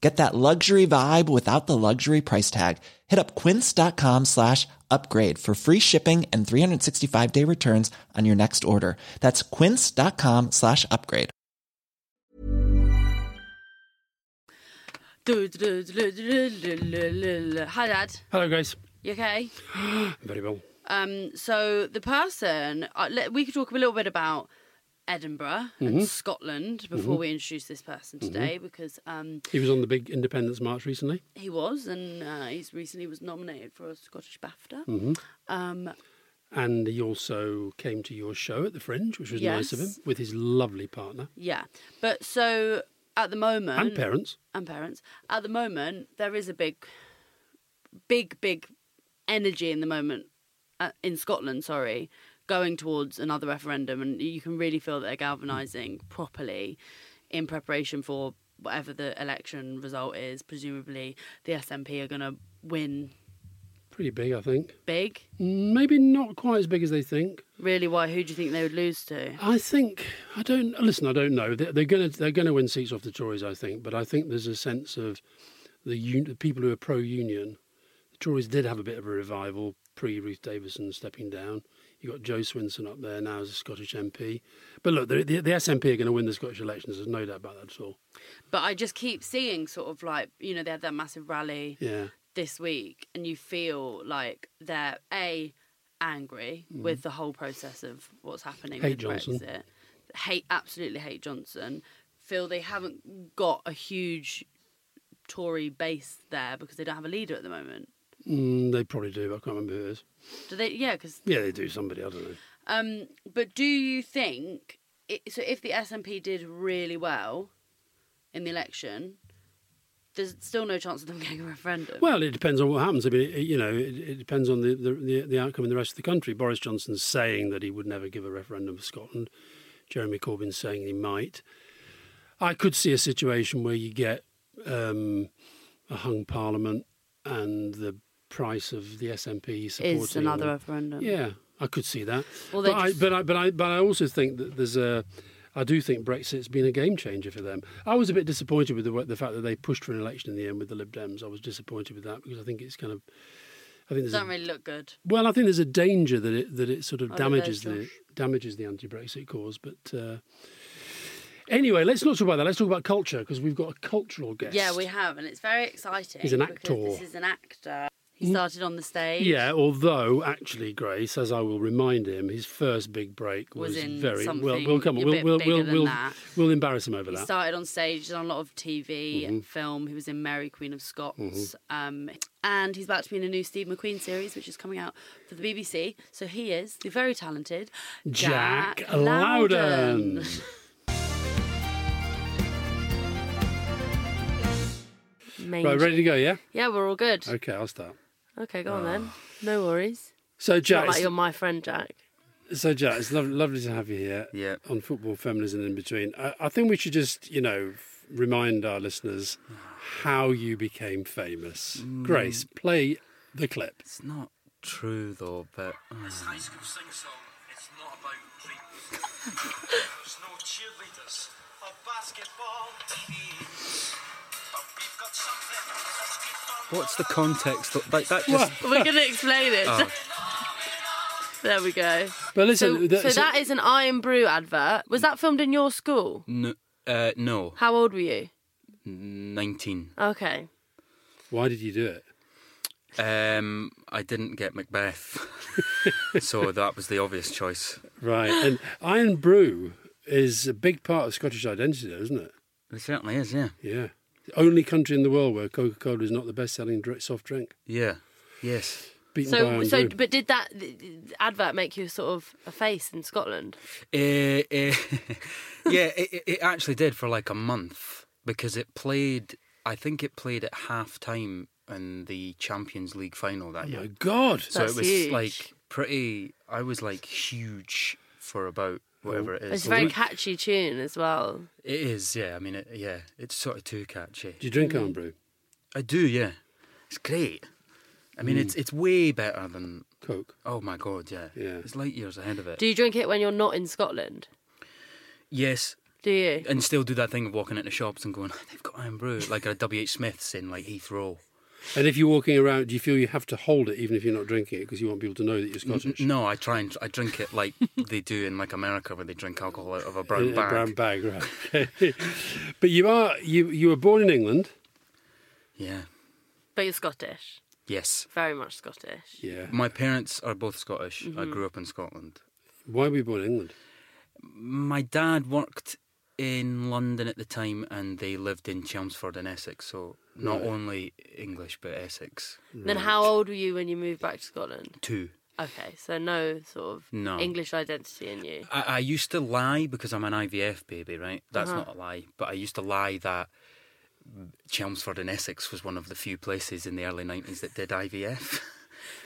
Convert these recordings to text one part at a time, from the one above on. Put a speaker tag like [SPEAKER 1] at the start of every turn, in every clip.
[SPEAKER 1] Get that luxury vibe without the luxury price tag. Hit up quince.com slash upgrade for free shipping and 365-day returns on your next order. That's quince.com slash upgrade.
[SPEAKER 2] Du, du, du, du, du, du, du, du. Hi, Dad.
[SPEAKER 3] Hello, Grace.
[SPEAKER 2] You okay?
[SPEAKER 3] Very well.
[SPEAKER 2] Um, so the person uh, let, we could talk a little bit about Edinburgh and Scotland before we introduce this person today because um,
[SPEAKER 3] He was on the big Independence March recently.
[SPEAKER 2] he was and uh, he's recently was nominated for a Scottish BAFTA. Um,
[SPEAKER 3] And he also came to your show at the Fringe, which was nice of him,
[SPEAKER 2] Yes.
[SPEAKER 3] with his lovely partner
[SPEAKER 2] yeah, but so at the moment
[SPEAKER 3] and parents.
[SPEAKER 2] and parents. At the moment, there is a big, big, big energy in the moment uh, in Scotland. Sorry, going towards another referendum, and you can really feel that they're galvanising properly in preparation for whatever the election result is. Presumably, the SNP are going to win
[SPEAKER 3] Pretty big, I think.
[SPEAKER 2] big.
[SPEAKER 3] Maybe not quite as big as they think.
[SPEAKER 2] Really, why? Who do you think they would lose to?
[SPEAKER 3] I think I don't listen. I don't know. They're, they're going to they're going to win seats off the Tories, I think. But I think there's a sense of the, un, the people who are pro-union. The Tories did have a bit of a revival pre Ruth Davidson stepping down. You got Joe Swinson up there now as a Scottish MP. But look, the, the, the SNP are going to win the Scottish elections. There's no doubt about that at all.
[SPEAKER 2] But I just keep seeing sort of like you know they had that massive rally.
[SPEAKER 3] Yeah,
[SPEAKER 2] this week and you feel like they're a angry with the whole process of what's happening
[SPEAKER 3] Mm-hmm. Hate
[SPEAKER 2] with
[SPEAKER 3] Johnson.
[SPEAKER 2] Brexit. Hate absolutely hate Johnson. Feel they haven't got a huge Tory base there because they don't have a leader at the moment.
[SPEAKER 3] mm, they probably do. But I can't remember who it is.
[SPEAKER 2] Do they? Yeah, because
[SPEAKER 3] Yeah, they do. Somebody I don't know.
[SPEAKER 2] um. But do you think it, so? If the SNP did really well in the election, there's still no chance of them getting a referendum.
[SPEAKER 3] Well, it depends on what happens. I mean, it, you know, it, it depends on the, the- the the outcome in the rest of the country. Boris Johnson's saying that he would never give a referendum for Scotland. Jeremy Corbyn's saying he might. I could see a situation where you get um, a hung parliament and the price of the SNP supporting
[SPEAKER 2] is another referendum?
[SPEAKER 3] yeah, I could see that.
[SPEAKER 2] Well, they
[SPEAKER 3] but, I,
[SPEAKER 2] just-
[SPEAKER 3] but I but I but I also think that there's a. I do think Brexit's been a game changer for them. I was a bit disappointed with the, wa- the fact that they pushed for an election in the end with the Lib Dems. I was disappointed with that because I think it's kind of, I think there's a,
[SPEAKER 2] Doesn't really look good.
[SPEAKER 3] well, I think there's a danger that it that it sort of
[SPEAKER 2] Oh, no, there's
[SPEAKER 3] damages the
[SPEAKER 2] Josh.
[SPEAKER 3] damages the anti-Brexit cause. But uh, anyway, let's not talk about that. Let's talk about culture because we've got a cultural guest.
[SPEAKER 2] Yeah, we have, and it's very exciting.
[SPEAKER 3] He's an
[SPEAKER 2] Because this
[SPEAKER 3] actor. Mm.
[SPEAKER 2] is an actor. He started on the stage.
[SPEAKER 3] Yeah, although actually, Grace, as I will remind him, his first big break was,
[SPEAKER 2] Was in
[SPEAKER 3] very well.
[SPEAKER 2] something
[SPEAKER 3] Well, come on,
[SPEAKER 2] a
[SPEAKER 3] we'll
[SPEAKER 2] bit
[SPEAKER 3] we'll
[SPEAKER 2] bigger
[SPEAKER 3] we'll,
[SPEAKER 2] than
[SPEAKER 3] we'll,
[SPEAKER 2] that.
[SPEAKER 3] we'll embarrass him over
[SPEAKER 2] He
[SPEAKER 3] that. Mm-hmm.
[SPEAKER 2] started on stage, done a lot of TV and film. He was in Mary Queen of Scots, um, and he's about to be in a new Steve McQueen series, which is coming out for the BBC. So he is the very talented
[SPEAKER 3] Jack
[SPEAKER 2] Loudon.
[SPEAKER 3] Loudon.
[SPEAKER 4] Main
[SPEAKER 3] Right, ready to go? Yeah.
[SPEAKER 4] Yeah, we're all good. Okay,
[SPEAKER 3] Okay, I'll start.
[SPEAKER 4] go on then. No worries.
[SPEAKER 3] So,
[SPEAKER 4] Not
[SPEAKER 3] Jack,
[SPEAKER 4] like
[SPEAKER 3] it's-
[SPEAKER 4] you're my friend, Jack.
[SPEAKER 3] so Jack, it's lovely, lovely to have you here.
[SPEAKER 5] Yeah.
[SPEAKER 3] On football, feminism, in between. I, I think we should just, you know, f- remind our listeners how you became famous. Grace, play the clip.
[SPEAKER 5] It's not true though, but uh,
[SPEAKER 6] High school sing song, it's not about dreams. There's no cheerleaders or basketball teams. But we've got something that's good for
[SPEAKER 5] what's the context? Of, like that just
[SPEAKER 2] We're going to explain it.
[SPEAKER 3] Ah.
[SPEAKER 2] There we go.
[SPEAKER 3] But
[SPEAKER 4] So,
[SPEAKER 3] listen,
[SPEAKER 4] so that is an Iron Brew advert. Was that filmed in your school?
[SPEAKER 5] no, uh, no,
[SPEAKER 4] How old were you?
[SPEAKER 5] nineteen.
[SPEAKER 4] Okay.
[SPEAKER 3] why did you do it?
[SPEAKER 5] Um, I didn't get Macbeth, so that was the obvious choice.
[SPEAKER 3] Right. And Iron Brew is a big part of Scottish identity, though, isn't it?
[SPEAKER 5] It certainly is, yeah.
[SPEAKER 3] Yeah. The only country in the world where Coca Cola is not the best selling soft drink.
[SPEAKER 5] Yeah. Yes.
[SPEAKER 3] Beaten by
[SPEAKER 2] So,
[SPEAKER 3] Iron
[SPEAKER 2] so,
[SPEAKER 3] Brew.
[SPEAKER 2] but did that th- th- advert make you sort of a face in Scotland?
[SPEAKER 5] Eh, eh, yeah, it, it- it actually did for like a month because it played, I think it played at half time in the Champions League final that
[SPEAKER 3] Oh my
[SPEAKER 5] year.
[SPEAKER 3] God.
[SPEAKER 5] So
[SPEAKER 2] That's
[SPEAKER 5] it was
[SPEAKER 2] huge.
[SPEAKER 5] like pretty, I was like huge for about whatever it is.
[SPEAKER 2] It's a
[SPEAKER 5] a
[SPEAKER 2] very
[SPEAKER 5] week.
[SPEAKER 2] catchy tune as well.
[SPEAKER 5] It is, yeah. I mean, it, yeah, it's sort of too catchy.
[SPEAKER 3] Do you drink Iron Brew?
[SPEAKER 5] I do, yeah. It's great. I mean,
[SPEAKER 2] Mm.
[SPEAKER 5] it's it's way better than.
[SPEAKER 3] Coke.
[SPEAKER 5] Oh my god, yeah.
[SPEAKER 3] Yeah.
[SPEAKER 5] It's light years ahead of it.
[SPEAKER 2] Do you drink it when you're not in Scotland?
[SPEAKER 5] yes,
[SPEAKER 2] Do you?
[SPEAKER 5] and still do that thing of walking into shops and going, "Oh, they've got Iron Brew, like a WH Smith's in like Heathrow.
[SPEAKER 3] And if you're walking around, do you feel you have to hold it even if you're not drinking it because you want people to know that you're Scottish?
[SPEAKER 5] No, I try and I drink it like they do in like America, where they drink alcohol out of a
[SPEAKER 3] In
[SPEAKER 5] brown
[SPEAKER 3] a
[SPEAKER 5] bag.
[SPEAKER 3] brown bag, right? but you are you you were born in England.
[SPEAKER 5] Yeah.
[SPEAKER 2] But you're Scottish.
[SPEAKER 5] Yes.
[SPEAKER 2] Very much Scottish.
[SPEAKER 3] Yeah.
[SPEAKER 5] My parents are both Scottish. I
[SPEAKER 2] Mm-hmm.
[SPEAKER 5] grew up in Scotland.
[SPEAKER 3] Why were you born in England?
[SPEAKER 5] My dad worked in London at the time, and they lived in Chelmsford in Essex. So not only English but Essex
[SPEAKER 2] Then how old were you when you moved back to Scotland?
[SPEAKER 5] too.
[SPEAKER 2] Okay, so no sort of
[SPEAKER 5] No.
[SPEAKER 2] English identity in you.
[SPEAKER 5] I, I used to lie because I'm an IVF baby, right? That's
[SPEAKER 2] Uh-huh.
[SPEAKER 5] not a lie, but I used to lie that Chelmsford in Essex was one of the few places in the early 90s that did IVF.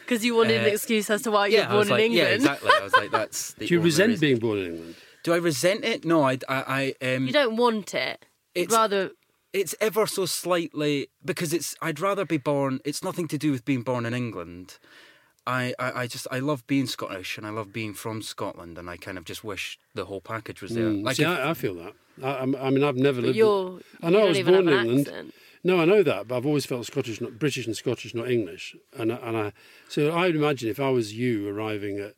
[SPEAKER 2] Because you wanted
[SPEAKER 5] Uh,
[SPEAKER 2] an excuse as to why you were
[SPEAKER 5] I
[SPEAKER 2] born
[SPEAKER 5] was
[SPEAKER 2] in
[SPEAKER 5] like,
[SPEAKER 2] England.
[SPEAKER 5] yeah, exactly. I was like, that's. The
[SPEAKER 3] Do you
[SPEAKER 5] only
[SPEAKER 3] resent
[SPEAKER 5] reason.
[SPEAKER 3] being born in England?
[SPEAKER 5] Do I resent it? No, I, I, I um,
[SPEAKER 2] You don't want it. You'd
[SPEAKER 5] It's-
[SPEAKER 2] rather
[SPEAKER 5] it's ever so slightly because it's. I'd rather be born. It's nothing to do with being born in England. I, I, I just I love being Scottish and I love being from Scotland and I kind of just wish the whole package was there.
[SPEAKER 3] Mm,
[SPEAKER 5] Like
[SPEAKER 3] See,
[SPEAKER 5] if-
[SPEAKER 3] I, I feel that. I, I'm- I mean, I've never
[SPEAKER 2] But
[SPEAKER 3] lived.
[SPEAKER 2] you're. you
[SPEAKER 3] I know I
[SPEAKER 2] don't
[SPEAKER 3] was
[SPEAKER 2] even
[SPEAKER 3] born in
[SPEAKER 2] have an
[SPEAKER 3] England.
[SPEAKER 2] accent.
[SPEAKER 3] No, I know that, but I've always felt Scottish, not British, and Scottish, not English. And I- and I so I would imagine if I was you arriving at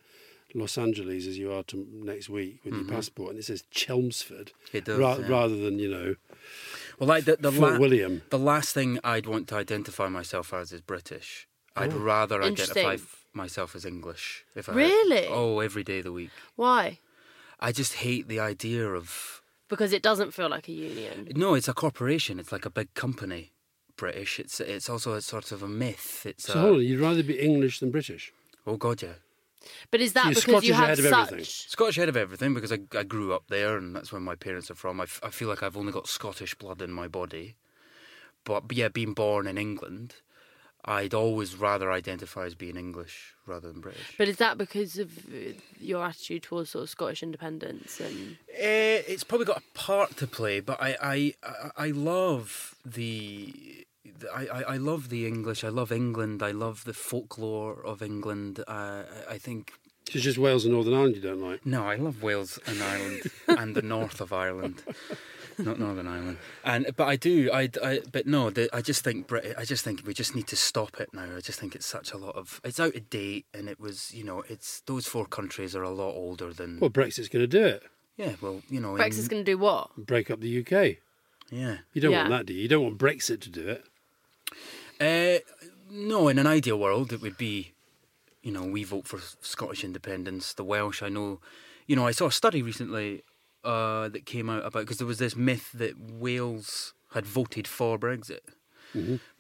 [SPEAKER 3] Los Angeles as you are to next week with
[SPEAKER 2] Mm-hmm.
[SPEAKER 3] your passport, and it says Chelmsford,
[SPEAKER 5] It does,
[SPEAKER 3] ra-
[SPEAKER 5] yeah.
[SPEAKER 3] rather than you know
[SPEAKER 5] Well, like the, the,
[SPEAKER 3] Fort
[SPEAKER 5] la-
[SPEAKER 3] William.
[SPEAKER 5] the last thing I'd want to identify myself as is British. I'd
[SPEAKER 3] Oh,
[SPEAKER 5] rather identify
[SPEAKER 2] Interesting.
[SPEAKER 5] f- myself as English. If I
[SPEAKER 2] Really?
[SPEAKER 5] oh, every day of the week.
[SPEAKER 2] Why?
[SPEAKER 5] I just hate the idea of
[SPEAKER 2] Because it doesn't feel like a union.
[SPEAKER 5] no. It's a corporation. It's like a big company. British. It's it's also a sort of a myth. It's
[SPEAKER 3] So
[SPEAKER 2] uh,
[SPEAKER 5] a,
[SPEAKER 3] hold on, you'd rather be English than British.
[SPEAKER 5] oh god, yeah.
[SPEAKER 2] But is that
[SPEAKER 3] you're
[SPEAKER 2] because
[SPEAKER 3] Scottish
[SPEAKER 2] you have
[SPEAKER 3] ahead of
[SPEAKER 2] such?
[SPEAKER 3] everything.
[SPEAKER 5] Scottish head of everything because I, I grew up there and that's where my parents are from. I, f- I feel like I've only got Scottish blood in my body. But but yeah, being born in England, I'd always rather identify as being English rather than British.
[SPEAKER 2] But is that because of uh, your attitude towards sort of Scottish independence and
[SPEAKER 5] Eh, it's probably got a part to play, but I I, I, I love the. the- I, I, I love the English. I love England. I love the folklore of England. Uh, I- I think
[SPEAKER 3] So It's just Wales and Northern Ireland you don't like.
[SPEAKER 5] No, I love Wales and Ireland and the north of Ireland, not Northern Ireland. And but I do, I, I but no, the, I just think Brit. I just think we just need to stop it now. I just think it's such a lot of it's out of date, and it was you know it's those four countries are a lot older than
[SPEAKER 3] Well, Brexit's going to do it.
[SPEAKER 5] yeah. Well, you know, in-
[SPEAKER 2] Brexit's
[SPEAKER 3] Mm.
[SPEAKER 2] going to do what?
[SPEAKER 3] Break up the UK.
[SPEAKER 5] yeah.
[SPEAKER 3] You don't
[SPEAKER 2] Yeah.
[SPEAKER 3] want that, do you? You don't want Brexit to do it.
[SPEAKER 5] Uh, no, in an ideal world, it would be, you know, we vote for Scottish independence. The Welsh, I know, you know, I saw a study recently uh, that came out about because there was this myth that Wales had voted for Brexit.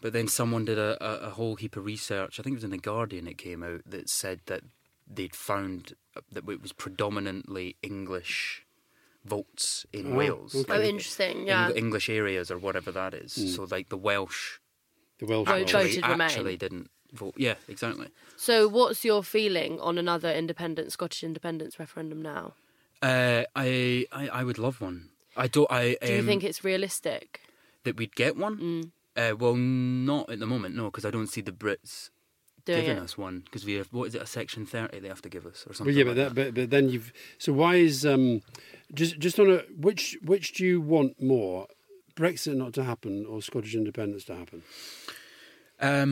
[SPEAKER 5] But then someone did a, a, a whole heap of research. I think it was in the Guardian it came out that said that they'd found uh, that it was predominantly English votes in Wales,
[SPEAKER 2] Oh, interesting. Yeah.
[SPEAKER 5] Eng- English areas or whatever that is. So like the Welsh
[SPEAKER 3] The Welsh.
[SPEAKER 2] Vote-
[SPEAKER 3] Parliament.
[SPEAKER 2] voted Remain.
[SPEAKER 5] actually didn't vote. Yeah, exactly.
[SPEAKER 2] So, what's your feeling on another independent Scottish independence referendum now?
[SPEAKER 5] Uh, I, I I would love one. I don't. I um,
[SPEAKER 2] Do you think Mm. it's realistic?
[SPEAKER 5] that we'd get one? Uh, well, not at the moment, no, because I don't see the Brits
[SPEAKER 2] Doing
[SPEAKER 5] giving
[SPEAKER 2] it.
[SPEAKER 5] us one. Because we have what is it a section thirty they have to give us or
[SPEAKER 3] Well,
[SPEAKER 5] something.
[SPEAKER 3] yeah, but,
[SPEAKER 5] like
[SPEAKER 3] that, but but then you've. So why is um, just just on a which which do you want more, Brexit not to happen or Scottish independence to happen?
[SPEAKER 5] Um,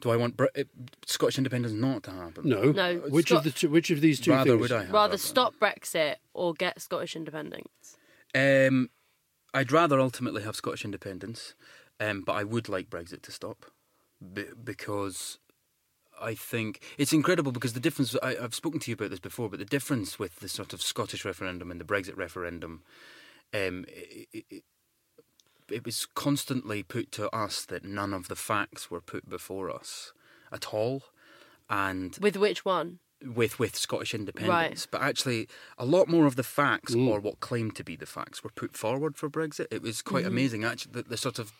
[SPEAKER 5] do I want Brit- uh, Scottish independence not to happen?
[SPEAKER 3] No.
[SPEAKER 2] No,
[SPEAKER 3] Which
[SPEAKER 2] Scot-
[SPEAKER 3] of the two, which of these two
[SPEAKER 5] Rather
[SPEAKER 3] things?
[SPEAKER 5] would I have
[SPEAKER 2] Rather
[SPEAKER 5] that
[SPEAKER 2] stop Brexit or get Scottish independence?
[SPEAKER 5] one. Um, I'd rather ultimately have Scottish independence, um, but I would like Brexit to stop, be- because I think it's incredible because the difference. I, I've spoken to you about this before, but the difference with the sort of Scottish referendum and the Brexit referendum, um, it, it, it, it was constantly put to us that none of the facts were put before us at all, and
[SPEAKER 2] With which one?
[SPEAKER 5] with with Scottish independence. But actually, a lot more of the facts or what claimed to be the facts were put forward for Brexit. It was quite amazing, actually, the, the sort of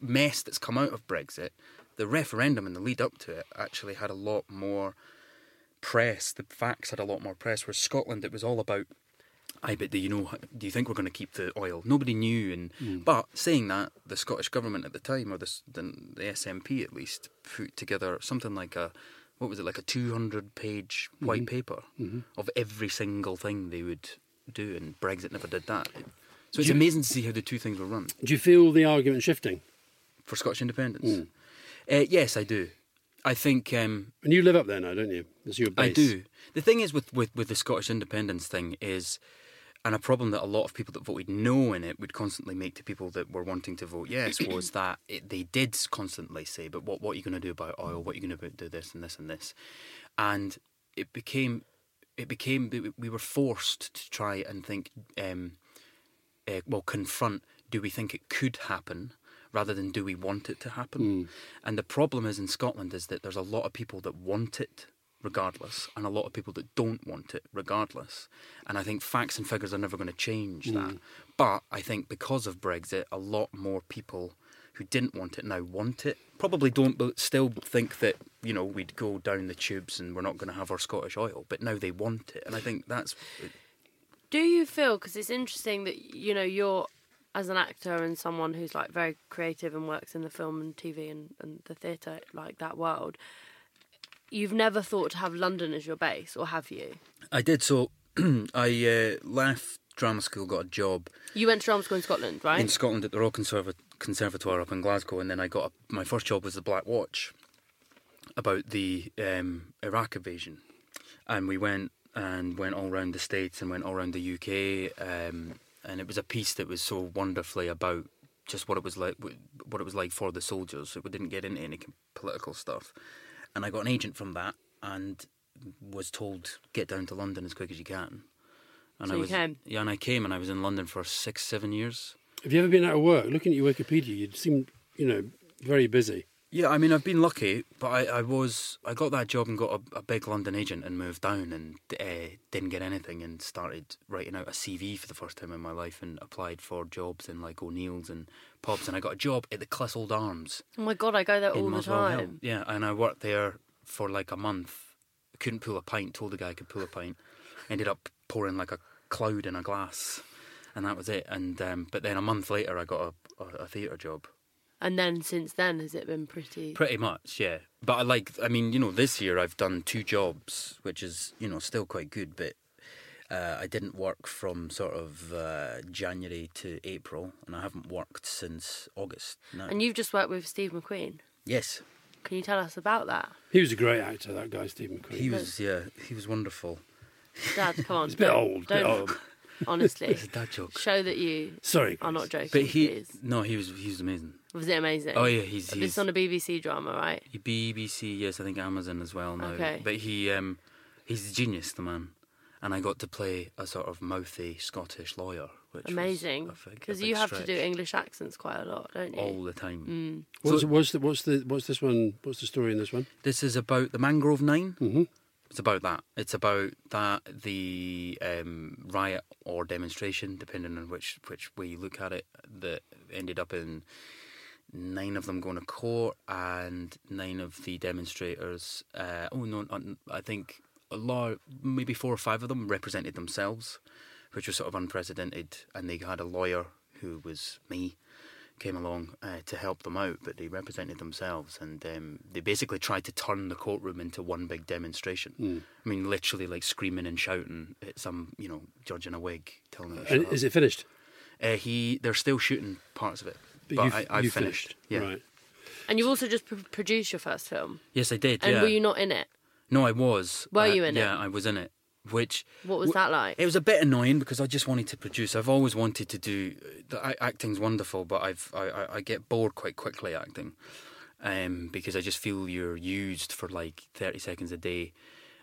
[SPEAKER 5] mess that's come out of Brexit. The referendum and the lead up to it actually had a lot more press. The facts had a lot more press. Whereas Scotland, it was all about. I bet. Do you know? Do you think we're going to keep the oil? Nobody knew, and but saying that, the Scottish government at the time, or the, s- the the SNP at least, put together something like a what was it like a two hundred page white paper of every single thing they would do, and Brexit never did that. So it's amazing to see how the two things were run
[SPEAKER 3] Do you feel the argument shifting?
[SPEAKER 5] for Scottish independence. Uh, yes, I do. I think um,
[SPEAKER 3] And you live up there now, don't you? It's your base.
[SPEAKER 5] I do. The thing is with, with, with the Scottish independence thing is, and a problem that a lot of people that voted no in it would constantly make to people that were wanting to vote yes was that it, they did constantly say, but what, what are you going to do about oil? What are you going to do this and this and this? And it became, it became, we- we were forced to try and think, um, uh, well, confront do we think it could happen rather than do we want it to happen? And the problem is in Scotland is that there's a lot of people that want it regardless and a lot of people that don't want it regardless. And I think facts and figures are never going to change that. But I think because of Brexit, a lot more people who didn't want it now want it. Probably don't but still think that, you know, we'd go down the tubes and we're not going to have our Scottish oil, but now they want it. And I think that's
[SPEAKER 2] Do you feel because it's interesting that you know you're as an actor and someone who's like very creative and works in the film and TV and, and the theatre like that world, you've never thought to have London as your base, or have you?
[SPEAKER 5] I did. So I uh, left drama school, got a job
[SPEAKER 2] You went to drama school in Scotland, right?
[SPEAKER 5] in Scotland at the Royal Conserva- Conservatoire up in Glasgow, and then I got a, my first job was the Black Watch about the um, Iraq invasion, and we went and went all round the states and went all round the UK, um, and it was a piece that was so wonderfully about just what it was like, what it was like for the soldiers. We didn't get into any political stuff, and I got an agent from that and was told get down to London as quick as you can. And
[SPEAKER 2] So
[SPEAKER 5] I
[SPEAKER 2] you
[SPEAKER 5] was,
[SPEAKER 2] came?
[SPEAKER 5] Yeah, and I came, and I was in London for six, seven years.
[SPEAKER 3] Have you ever been out of work? Looking at your Wikipedia, you seem, you know, very busy.
[SPEAKER 5] Yeah, I mean, I've been lucky, but I, I was I got that job and got a, a big London agent and moved down and uh, didn't get anything and started writing out a CV for the first time in my life and applied for jobs in like O'Neill's and pubs and I got a job at the Clissold Arms
[SPEAKER 2] oh my god, I go there all
[SPEAKER 5] in
[SPEAKER 2] the
[SPEAKER 5] Muswell Hill.
[SPEAKER 2] time.
[SPEAKER 5] Yeah, and I worked there for like a month. Couldn't pull a pint. Told the guy I could pull a pint. Ended up pouring like a cloud in a glass, and that was it. And um, but then a month later, I got a, a, a theatre job.
[SPEAKER 2] And then since then, has it been pretty?
[SPEAKER 5] Pretty much, yeah. But I like, I mean, you know, this year I've done two jobs, which is, you know, still quite good, but uh, I didn't work from sort of uh, January to April, and I haven't worked since August. No.
[SPEAKER 2] And you've just worked with Steve McQueen.
[SPEAKER 5] yes,
[SPEAKER 2] Can you tell us about that,
[SPEAKER 3] He was a great actor, that guy, Steve McQueen.
[SPEAKER 5] he was, yeah, he was wonderful.
[SPEAKER 2] Dad? Come on,
[SPEAKER 3] He's a bit old, bit
[SPEAKER 2] Don't-
[SPEAKER 3] old.
[SPEAKER 2] honestly,
[SPEAKER 5] It's a dad joke.
[SPEAKER 2] show that you
[SPEAKER 3] Sorry.
[SPEAKER 2] are
[SPEAKER 3] Chris.
[SPEAKER 2] not joking.
[SPEAKER 5] But he,
[SPEAKER 2] please.
[SPEAKER 5] no, he was, he was amazing.
[SPEAKER 2] was it amazing?
[SPEAKER 5] Oh yeah, he's,
[SPEAKER 2] This is
[SPEAKER 5] he's
[SPEAKER 2] on a BBC drama, right?
[SPEAKER 5] BBC, yes, I think Amazon as well now.
[SPEAKER 2] Okay.
[SPEAKER 5] But he, um, he's a genius, the man. And I got to play a sort of mouthy Scottish lawyer, which was
[SPEAKER 2] Amazing,
[SPEAKER 5] a fig- a
[SPEAKER 2] because
[SPEAKER 5] big
[SPEAKER 2] you have to do
[SPEAKER 5] stretch. Oh,
[SPEAKER 2] English accents quite a lot, don't you?
[SPEAKER 5] all the time.
[SPEAKER 3] What's, what's, the, what's, the, what's this one? What's the story in this one?
[SPEAKER 5] This is about the Mangrove 9 Mm-hmm. It's about that. It's about that the um, riot or demonstration, depending on which which way you look at it, that ended up in nine of them going to court and nine of the demonstrators. Uh, oh no, un- I think a lot, maybe four or five of them represented themselves, which was sort of unprecedented. And they had a lawyer who was me came along uh, to help them out, but they represented themselves and um, they basically tried to turn the courtroom into one big demonstration.
[SPEAKER 3] Hmm.
[SPEAKER 5] I mean, literally like screaming and shouting at some, you know, judge in a wig telling them. to
[SPEAKER 3] And
[SPEAKER 5] shut
[SPEAKER 3] is
[SPEAKER 5] up.
[SPEAKER 3] it finished?
[SPEAKER 5] Uh, he, they're still shooting parts of it, but,
[SPEAKER 3] you've-
[SPEAKER 5] I, I've
[SPEAKER 3] you've
[SPEAKER 5] finished. Yeah.
[SPEAKER 3] Right.
[SPEAKER 2] And you've also just pr- produced your first film.
[SPEAKER 5] Yes, I did.
[SPEAKER 2] And
[SPEAKER 5] yeah.
[SPEAKER 2] were you not in it?
[SPEAKER 5] No, I was.
[SPEAKER 2] Were
[SPEAKER 5] I-
[SPEAKER 2] you in it?
[SPEAKER 5] Yeah, I was in it. Which
[SPEAKER 2] What was that like?
[SPEAKER 5] It was a bit annoying because I just wanted to produce. I've always wanted to do. The a- acting's wonderful, but I've I, I, I get bored quite quickly acting, um, because I just feel you're used for like 30 seconds a day,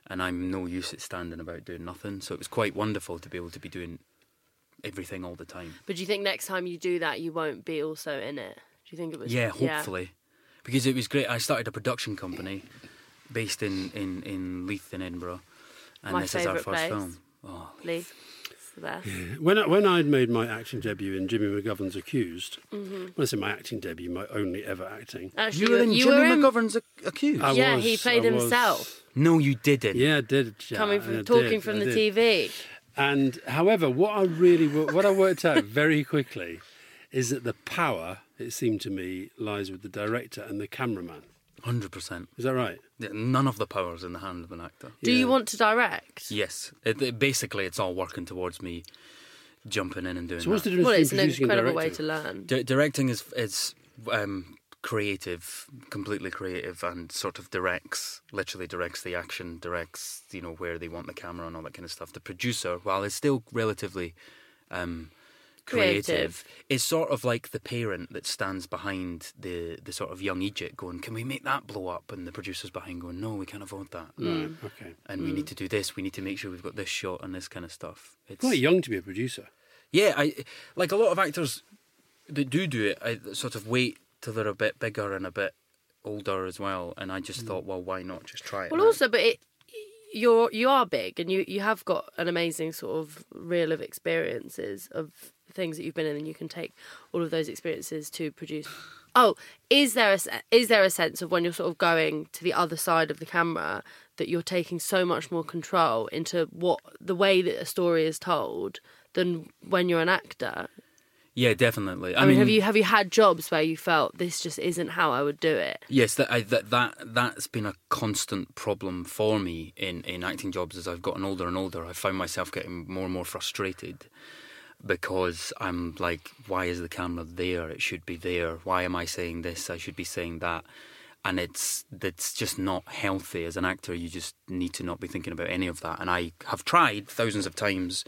[SPEAKER 5] and I'm no use at standing about doing nothing. So it was quite wonderful to be able to be doing everything all the time.
[SPEAKER 2] But do you think next time you do that, you won't be also in it? Do you think it was?
[SPEAKER 5] Yeah, hopefully, because it was great. I started a production company based in in in Leith in Edinburgh, and
[SPEAKER 2] My
[SPEAKER 5] this is our
[SPEAKER 2] favourite place.
[SPEAKER 5] first film. Oh,
[SPEAKER 2] Lee, it's the best.
[SPEAKER 3] When I, when I'd made my acting debut in Jimmy McGovern's Accused, when I say my acting debut, my only ever acting.
[SPEAKER 2] Actually,
[SPEAKER 5] you were in
[SPEAKER 2] you
[SPEAKER 5] Jimmy
[SPEAKER 2] were in-
[SPEAKER 5] McGovern's Ac- accused.
[SPEAKER 3] I
[SPEAKER 2] Yeah, he
[SPEAKER 3] was-
[SPEAKER 2] played
[SPEAKER 3] I was-
[SPEAKER 2] himself.
[SPEAKER 5] no, you didn't.
[SPEAKER 3] Yeah, I did yeah,
[SPEAKER 2] coming from
[SPEAKER 3] I did,
[SPEAKER 2] talking from the
[SPEAKER 3] I did.
[SPEAKER 2] TV.
[SPEAKER 3] And however, what I really wo- what I worked out very quickly is that the power it seemed to me lies with the director and the cameraman.
[SPEAKER 5] hundred percent.
[SPEAKER 3] Is that right?
[SPEAKER 5] None of the power is in the hand of an actor.
[SPEAKER 2] Do
[SPEAKER 3] Yeah.
[SPEAKER 2] you want to direct?
[SPEAKER 5] Yes, it, it- basically, it's all working towards me jumping in and doing.
[SPEAKER 3] So what's the
[SPEAKER 5] that.
[SPEAKER 3] difference
[SPEAKER 2] Well, it's an
[SPEAKER 3] between producing
[SPEAKER 2] incredible
[SPEAKER 3] and
[SPEAKER 2] way to
[SPEAKER 3] directing?
[SPEAKER 2] learn.
[SPEAKER 5] Di- directing is is um, creative, completely creative, and sort of directs, literally directs the action, directs you know where they want the camera and all that kind of stuff. The producer, while it's still relatively um, creative,
[SPEAKER 2] Creative.
[SPEAKER 5] is sort of like the parent that stands behind the the sort of young Egypt, going, "Can we make that blow up?" And the producer's behind going, "No, we can't afford that."
[SPEAKER 3] Right, Mm, okay.
[SPEAKER 5] and we need to do this. We need to make sure we've got this shot and this kind of stuff. It's
[SPEAKER 3] Quite young to be a producer.
[SPEAKER 5] yeah, I like a lot of actors that do do it. I sort of wait till they're a bit bigger and a bit older as well. And I just thought, well, why not just try it?
[SPEAKER 2] Mm. Well,
[SPEAKER 5] now?
[SPEAKER 2] also, but it, you're you are big, and you you have got an amazing sort of reel of experiences of things that you've been in, and you can take all of those experiences to produce. Oh, is there a se- is there a sense of when you're sort of going to the other side of the camera that you're taking so much more control into what the way that a story is told than when you're an actor?
[SPEAKER 5] yeah, definitely.
[SPEAKER 2] I, mean, have you have you had jobs where you felt this just isn't how I would do it?
[SPEAKER 5] Yes, that, I, that that that's been a constant problem for me in in acting jobs as I've gotten older and older. I found myself getting more and more frustrated because I'm like, why is the camera there? It should be there. Why am I saying this? I should be saying that. And it's that's just not healthy as an actor. You just need to not be thinking about any of that. And I have tried thousands of times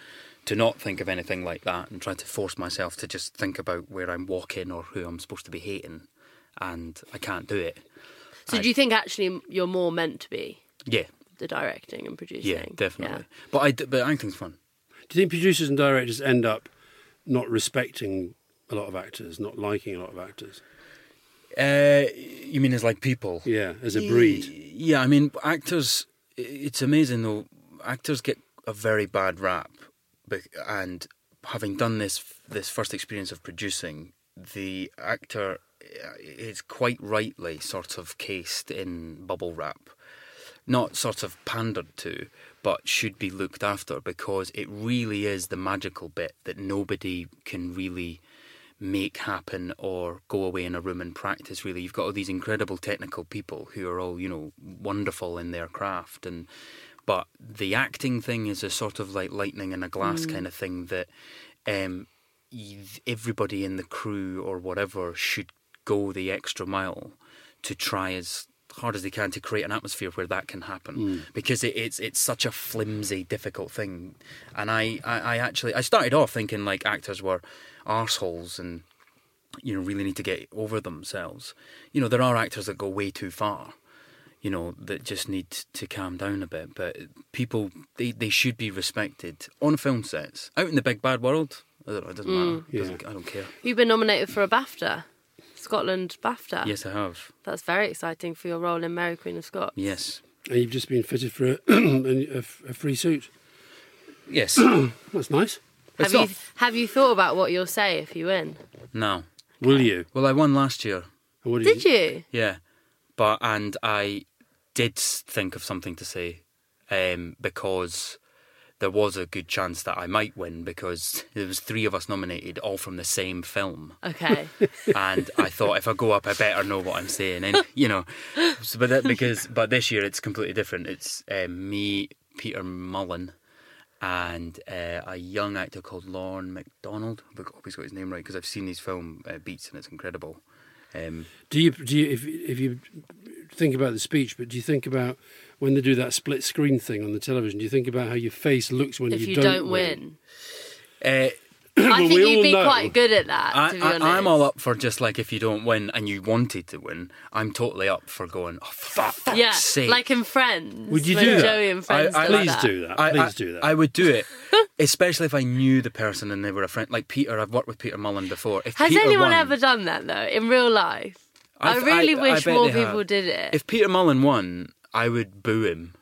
[SPEAKER 5] to not think of anything like that and try to force myself to just think about where I'm walking or who I'm supposed to be hating. And I can't do it.
[SPEAKER 2] So
[SPEAKER 5] I-
[SPEAKER 2] do you think actually you're more meant to be
[SPEAKER 5] Yeah,
[SPEAKER 2] the directing and producing?
[SPEAKER 5] yeah, definitely. But I d- but acting's fun.
[SPEAKER 3] Do you think producers and directors end up not respecting a lot of actors, not liking a lot of actors?
[SPEAKER 5] Uh, you mean as like people?
[SPEAKER 3] Yeah, as a breed.
[SPEAKER 5] Yeah, I mean actors. i- It's amazing though. Actors get a very bad rap, bec- and having done this this first experience of producing, the actor uh, is quite rightly sort of cased in bubble wrap, not sort of pandered to, but should be looked after because it really is the magical bit that nobody can really make happen or go away in a room and practice really you've got all these incredible technical people who are all you know wonderful in their craft and but the acting thing is a sort of like lightning in a glass kind of thing that um y- everybody in the crew or whatever should go the extra mile to try as hard as they can to create an atmosphere where that can happen because it, it's it's such a flimsy difficult thing and I, I i actually i started off thinking like actors were arseholes and you know really need to get over themselves you know there are actors that go way too far you know that just need to calm down a bit but people they, they should be respected on film sets out in the big bad world I don't know, it doesn't matter It doesn't-
[SPEAKER 3] Yeah.
[SPEAKER 5] i don't care
[SPEAKER 2] You've been nominated for a BAFTA, Scotland BAFTA.
[SPEAKER 5] yes i have
[SPEAKER 2] That's very exciting for your role in Mary Queen of Scots.
[SPEAKER 5] yes
[SPEAKER 3] And you've just been fitted for a, a, a free suit.
[SPEAKER 5] yes
[SPEAKER 3] That's nice.
[SPEAKER 2] Have
[SPEAKER 5] It's
[SPEAKER 2] you
[SPEAKER 5] not-
[SPEAKER 2] have you thought about what you'll say if you win?
[SPEAKER 5] no
[SPEAKER 3] Will you?
[SPEAKER 5] well i won last year
[SPEAKER 3] And what
[SPEAKER 2] Did you?
[SPEAKER 5] Yeah, but and I did s- think of something to say um, because there was a good chance that I might win because there was three of us nominated, all from the same film,
[SPEAKER 2] Okay.
[SPEAKER 5] and I thought if I go up, I better know what I'm saying, and you know, so, but that, because but this year it's completely different. It's um, me, Peter Mullen. And uh, a young actor called Lorne MacDonald. I hope he's got his name right because I've seen these film uh, beats and it's incredible. Um,
[SPEAKER 3] Do you do you if if you think about the speech, but do you think about when they do that split screen thing on the television? Do you think about how your face looks when
[SPEAKER 2] if
[SPEAKER 3] you,
[SPEAKER 2] you don't win.
[SPEAKER 5] Uh,
[SPEAKER 3] Well,
[SPEAKER 7] I think
[SPEAKER 3] we
[SPEAKER 7] you'd
[SPEAKER 3] all
[SPEAKER 7] be
[SPEAKER 3] know.
[SPEAKER 7] quite good at that.
[SPEAKER 5] I,
[SPEAKER 7] to be honest.
[SPEAKER 5] I, I'm all up for just like if you don't win and you wanted to win, I'm totally up for going. Oh, for fuck's
[SPEAKER 7] Yeah,
[SPEAKER 5] sake!
[SPEAKER 7] like in Friends.
[SPEAKER 3] Would you
[SPEAKER 7] when
[SPEAKER 3] do that?
[SPEAKER 7] Joey and
[SPEAKER 5] I-
[SPEAKER 7] Friends.
[SPEAKER 5] I-
[SPEAKER 7] do
[SPEAKER 3] Please
[SPEAKER 7] that.
[SPEAKER 3] do that.
[SPEAKER 5] I,
[SPEAKER 3] Please
[SPEAKER 5] I-
[SPEAKER 3] do that.
[SPEAKER 5] I would do it, especially if I knew the person and they were a friend. Like Peter, I've worked with Peter Mullen before. If
[SPEAKER 2] Has
[SPEAKER 5] Peter
[SPEAKER 2] anyone
[SPEAKER 5] won,
[SPEAKER 2] ever done that though in real life? I
[SPEAKER 5] I've-
[SPEAKER 2] really
[SPEAKER 5] I- I
[SPEAKER 2] wish
[SPEAKER 5] bet
[SPEAKER 2] more
[SPEAKER 5] they have.
[SPEAKER 2] people did it.
[SPEAKER 5] If Peter Mullen won, I would boo him.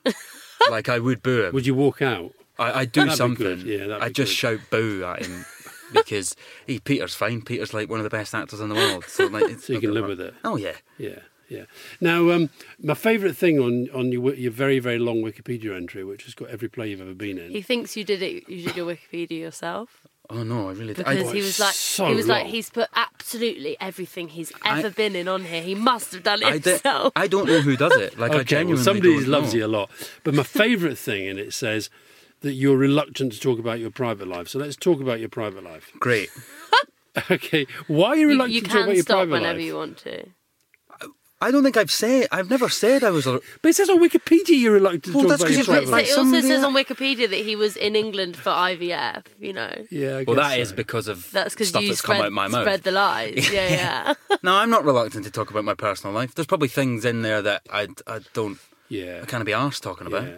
[SPEAKER 5] like I would boo him.
[SPEAKER 3] Would you walk out?
[SPEAKER 5] I, I do
[SPEAKER 3] That'd be
[SPEAKER 5] something.
[SPEAKER 3] good, yeah, that'd
[SPEAKER 5] I
[SPEAKER 3] be
[SPEAKER 5] just
[SPEAKER 3] good.
[SPEAKER 5] shout boo at him because he Peter's fine. Peter's like one of the best actors in the world. So like, it's,
[SPEAKER 3] So you can live with it.
[SPEAKER 5] Oh yeah.
[SPEAKER 3] Yeah, yeah. Now, um, my favourite thing on on your wi- your very very long Wikipedia entry, which has got every play you've ever been in.
[SPEAKER 2] He thinks you did it. You did your Wikipedia yourself
[SPEAKER 5] Oh no, I really. did. I,
[SPEAKER 2] because he was like
[SPEAKER 3] so
[SPEAKER 2] he was like
[SPEAKER 3] long.
[SPEAKER 2] he's put absolutely everything he's
[SPEAKER 5] I-
[SPEAKER 2] ever been in on here. He must have done it
[SPEAKER 5] I, did,
[SPEAKER 2] himself.
[SPEAKER 5] I don't know who does it. Like I
[SPEAKER 3] Okay,
[SPEAKER 5] genuinely
[SPEAKER 3] well, somebody
[SPEAKER 5] don't
[SPEAKER 3] loves
[SPEAKER 5] know.
[SPEAKER 3] you a lot. But my favourite thing, and it says that you're reluctant to talk about your private life. So let's talk about your private life.
[SPEAKER 5] Great.
[SPEAKER 3] Okay, why are you
[SPEAKER 2] you,
[SPEAKER 3] reluctant
[SPEAKER 2] you
[SPEAKER 3] to talk about
[SPEAKER 2] can
[SPEAKER 3] your
[SPEAKER 2] stop
[SPEAKER 3] private
[SPEAKER 2] whenever
[SPEAKER 3] life?
[SPEAKER 2] you want to.
[SPEAKER 5] I don't think I've said. I've never said I was. A,
[SPEAKER 3] But it says on Wikipedia you're reluctant
[SPEAKER 5] Well,
[SPEAKER 3] to talk
[SPEAKER 5] that's
[SPEAKER 3] about
[SPEAKER 5] 'cause
[SPEAKER 3] your
[SPEAKER 5] you've written
[SPEAKER 3] private
[SPEAKER 2] It,
[SPEAKER 5] Like
[SPEAKER 2] sa-
[SPEAKER 3] life.
[SPEAKER 2] it also
[SPEAKER 5] somebody-
[SPEAKER 2] says on Wikipedia that he was in England for IVF. You know,
[SPEAKER 3] Yeah, I
[SPEAKER 5] well,
[SPEAKER 3] guess
[SPEAKER 5] that is
[SPEAKER 3] so.
[SPEAKER 5] because of
[SPEAKER 2] that's because
[SPEAKER 5] stuff
[SPEAKER 2] you
[SPEAKER 5] that's
[SPEAKER 2] spread,
[SPEAKER 5] come out my mouth.
[SPEAKER 2] spread the lies. Yeah, yeah.
[SPEAKER 5] No, I'm not reluctant to talk about my personal life. There's probably things in there that I, I don't.
[SPEAKER 3] yeah.
[SPEAKER 5] I can't be arsed talking about.
[SPEAKER 3] yeah.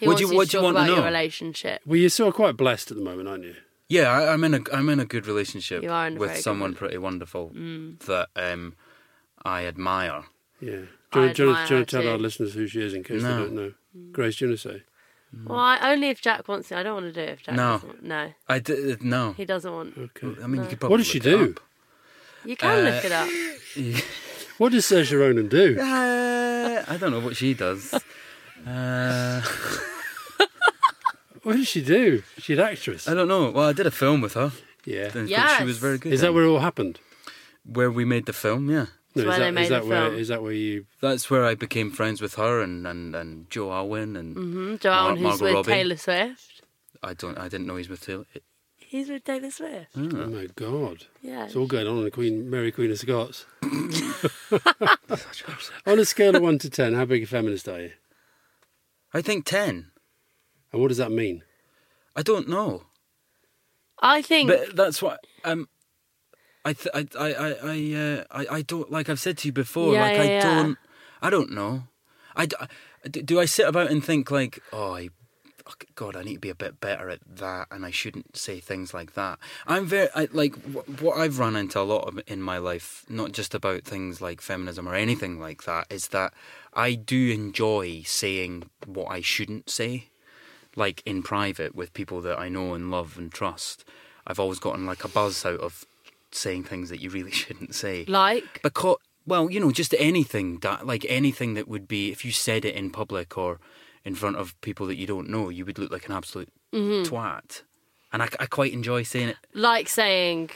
[SPEAKER 2] He
[SPEAKER 5] What
[SPEAKER 2] wants
[SPEAKER 5] do you-
[SPEAKER 2] you,
[SPEAKER 5] what
[SPEAKER 2] to
[SPEAKER 5] do you
[SPEAKER 2] talk
[SPEAKER 5] want to
[SPEAKER 2] about your
[SPEAKER 5] know?
[SPEAKER 2] relationship.
[SPEAKER 3] Well, you're still quite blessed at the moment, aren't you?
[SPEAKER 5] Yeah, I, I'm in a I'm in a good relationship
[SPEAKER 2] You are in a
[SPEAKER 5] with
[SPEAKER 2] very good
[SPEAKER 5] someone
[SPEAKER 2] one. Mm.
[SPEAKER 5] pretty wonderful that um, I admire.
[SPEAKER 3] Yeah. Do you,
[SPEAKER 2] I
[SPEAKER 3] want- do you,
[SPEAKER 2] admire
[SPEAKER 3] want- do you
[SPEAKER 2] her
[SPEAKER 3] want to tell our
[SPEAKER 2] too.
[SPEAKER 3] listeners who she is in case they
[SPEAKER 5] No.
[SPEAKER 3] don't know? Grace, do you want to say?
[SPEAKER 2] Well, I, only if Jack wants to. I don't want to do it if Jack
[SPEAKER 5] Mm. No. Uh,
[SPEAKER 2] doesn't want- No,
[SPEAKER 5] I d- uh, no.
[SPEAKER 2] he doesn't want.
[SPEAKER 3] Okay.
[SPEAKER 5] I mean, you could probably
[SPEAKER 3] What does she
[SPEAKER 5] look it
[SPEAKER 3] do?
[SPEAKER 5] up.
[SPEAKER 2] You can look it up.
[SPEAKER 3] What does Serge Ronan do?
[SPEAKER 5] Uh, I don't know what she does. Uh,
[SPEAKER 3] What does she do? She's an actress.
[SPEAKER 5] I don't know. Well, I did a film with her.
[SPEAKER 3] Yeah.
[SPEAKER 5] and
[SPEAKER 2] Yes.
[SPEAKER 5] She was very good.
[SPEAKER 3] Is that
[SPEAKER 5] in.
[SPEAKER 3] where it all happened?
[SPEAKER 5] where we made the film? Yeah.
[SPEAKER 3] No,
[SPEAKER 2] where
[SPEAKER 3] is
[SPEAKER 2] they
[SPEAKER 3] that,
[SPEAKER 2] made
[SPEAKER 3] is
[SPEAKER 2] the
[SPEAKER 3] that where
[SPEAKER 2] film.
[SPEAKER 3] is that where you?
[SPEAKER 5] That's where I became friends with her and and, and Joe Alwyn and
[SPEAKER 2] Mm, Joanne, who's
[SPEAKER 5] Margot
[SPEAKER 2] with
[SPEAKER 5] Robbie.
[SPEAKER 2] Taylor Swift.
[SPEAKER 5] I don't I didn't know he's with Taylor.
[SPEAKER 2] He's with Taylor Swift.
[SPEAKER 5] Hmm?
[SPEAKER 3] Oh my God!
[SPEAKER 2] Yeah.
[SPEAKER 3] It's all going on in Queen Mary Queen of Scots. on a scale of one to ten, how big a feminist are you?
[SPEAKER 5] I think ten.
[SPEAKER 3] And what does that mean?
[SPEAKER 5] I don't know.
[SPEAKER 2] I think
[SPEAKER 5] But that's what um, I th- I I I I, uh, I I don't like I've said to you before.
[SPEAKER 2] Yeah,
[SPEAKER 5] like
[SPEAKER 2] yeah,
[SPEAKER 5] I
[SPEAKER 2] yeah.
[SPEAKER 5] don't. I don't know. I d- I- d- do. I sit about and think like, oh, I, fuck, God, I need to be a bit better at that, and I shouldn't say things like that. I'm very I, like wh- what I've run into a lot of in my life, not just about things like feminism or anything like that, is that I do enjoy saying what I shouldn't say like in private with people that I know and love and trust, I've always gotten like a buzz out of saying things that you really shouldn't say.
[SPEAKER 2] like
[SPEAKER 5] Because, well, you know, just anything that, like anything that would be, if you said it in public or in front of people that you don't know, you would look like an absolute twat. And I, I quite enjoy saying it.
[SPEAKER 2] like saying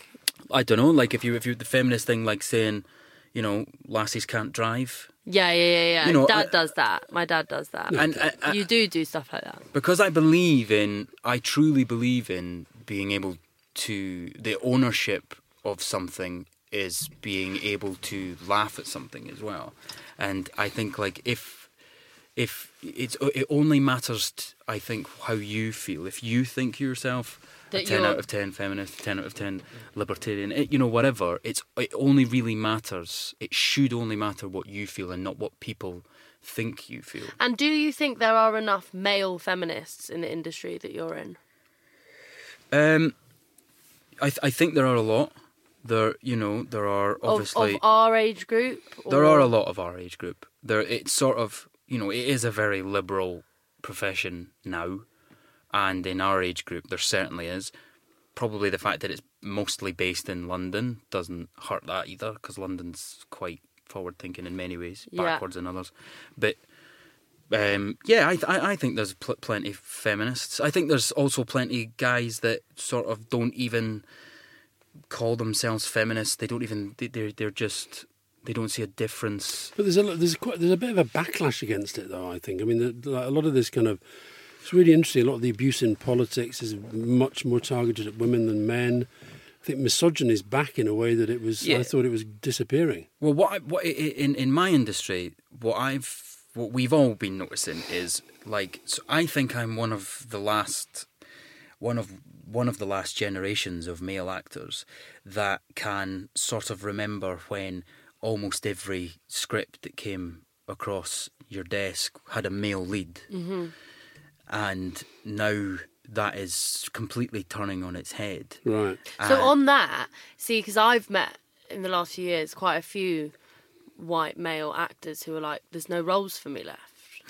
[SPEAKER 5] I don't know, like if you if you the feminist thing, like saying, you know, lassies can't drive.
[SPEAKER 2] yeah yeah yeah yeah.
[SPEAKER 5] You know,
[SPEAKER 2] dad
[SPEAKER 5] I-
[SPEAKER 2] does that. My dad does that.
[SPEAKER 5] And I, I-
[SPEAKER 2] you do do stuff like that.
[SPEAKER 5] because I believe in, I truly believe in being able to, the ownership of something is being able to laugh at something as well. And I think, like, if, if it's, it only matters, t- I think, how you feel. If you think yourself a
[SPEAKER 2] That
[SPEAKER 5] 10
[SPEAKER 2] you're-
[SPEAKER 5] out of 10 feminist, 10 out of 10 libertarian, it, you know, whatever, it's, it only really matters, it should only matter what you feel and not what people think you feel.
[SPEAKER 2] And do you think there are enough male feminists in the industry that you're in?
[SPEAKER 5] Um, I th- I think there are a lot. There, you know, there are obviously
[SPEAKER 2] of, of our age group?
[SPEAKER 5] there
[SPEAKER 2] or-
[SPEAKER 5] are a lot of our age group. There, it's sort of you know, it is a very liberal profession now, and in our age group, there certainly is. Probably the fact that it's mostly based in London doesn't hurt that either, because London's quite forward thinking in many ways,
[SPEAKER 2] Yeah.
[SPEAKER 5] backwards in others. But um, yeah, I, th- I I think there's pl- plenty of feminists. I think there's also plenty of guys that sort of don't even call themselves feminists. They don't even they, they're they're just they don't see a difference.
[SPEAKER 3] But there's a lo- there's quite there's a bit of a backlash against it though. I think. I mean, the, like, a lot of this kind of it's really interesting. A lot of the abuse in politics is much more targeted at women than men. I think misogyny is back in a way that it was. I
[SPEAKER 5] Yeah.
[SPEAKER 3] thought it was disappearing.
[SPEAKER 5] Well, what I, what i- i- in in my industry, what I've what we've all been noticing is like so I think I'm one of the last one of one of the last generations of male actors that can sort of remember when almost every script that came across your desk had a male lead.
[SPEAKER 2] Mm-hmm.
[SPEAKER 5] And now that is completely turning on its head.
[SPEAKER 3] Right.
[SPEAKER 2] So on that, see, because I've met in the last few years quite a few white male actors who are like, "There's no roles for me left."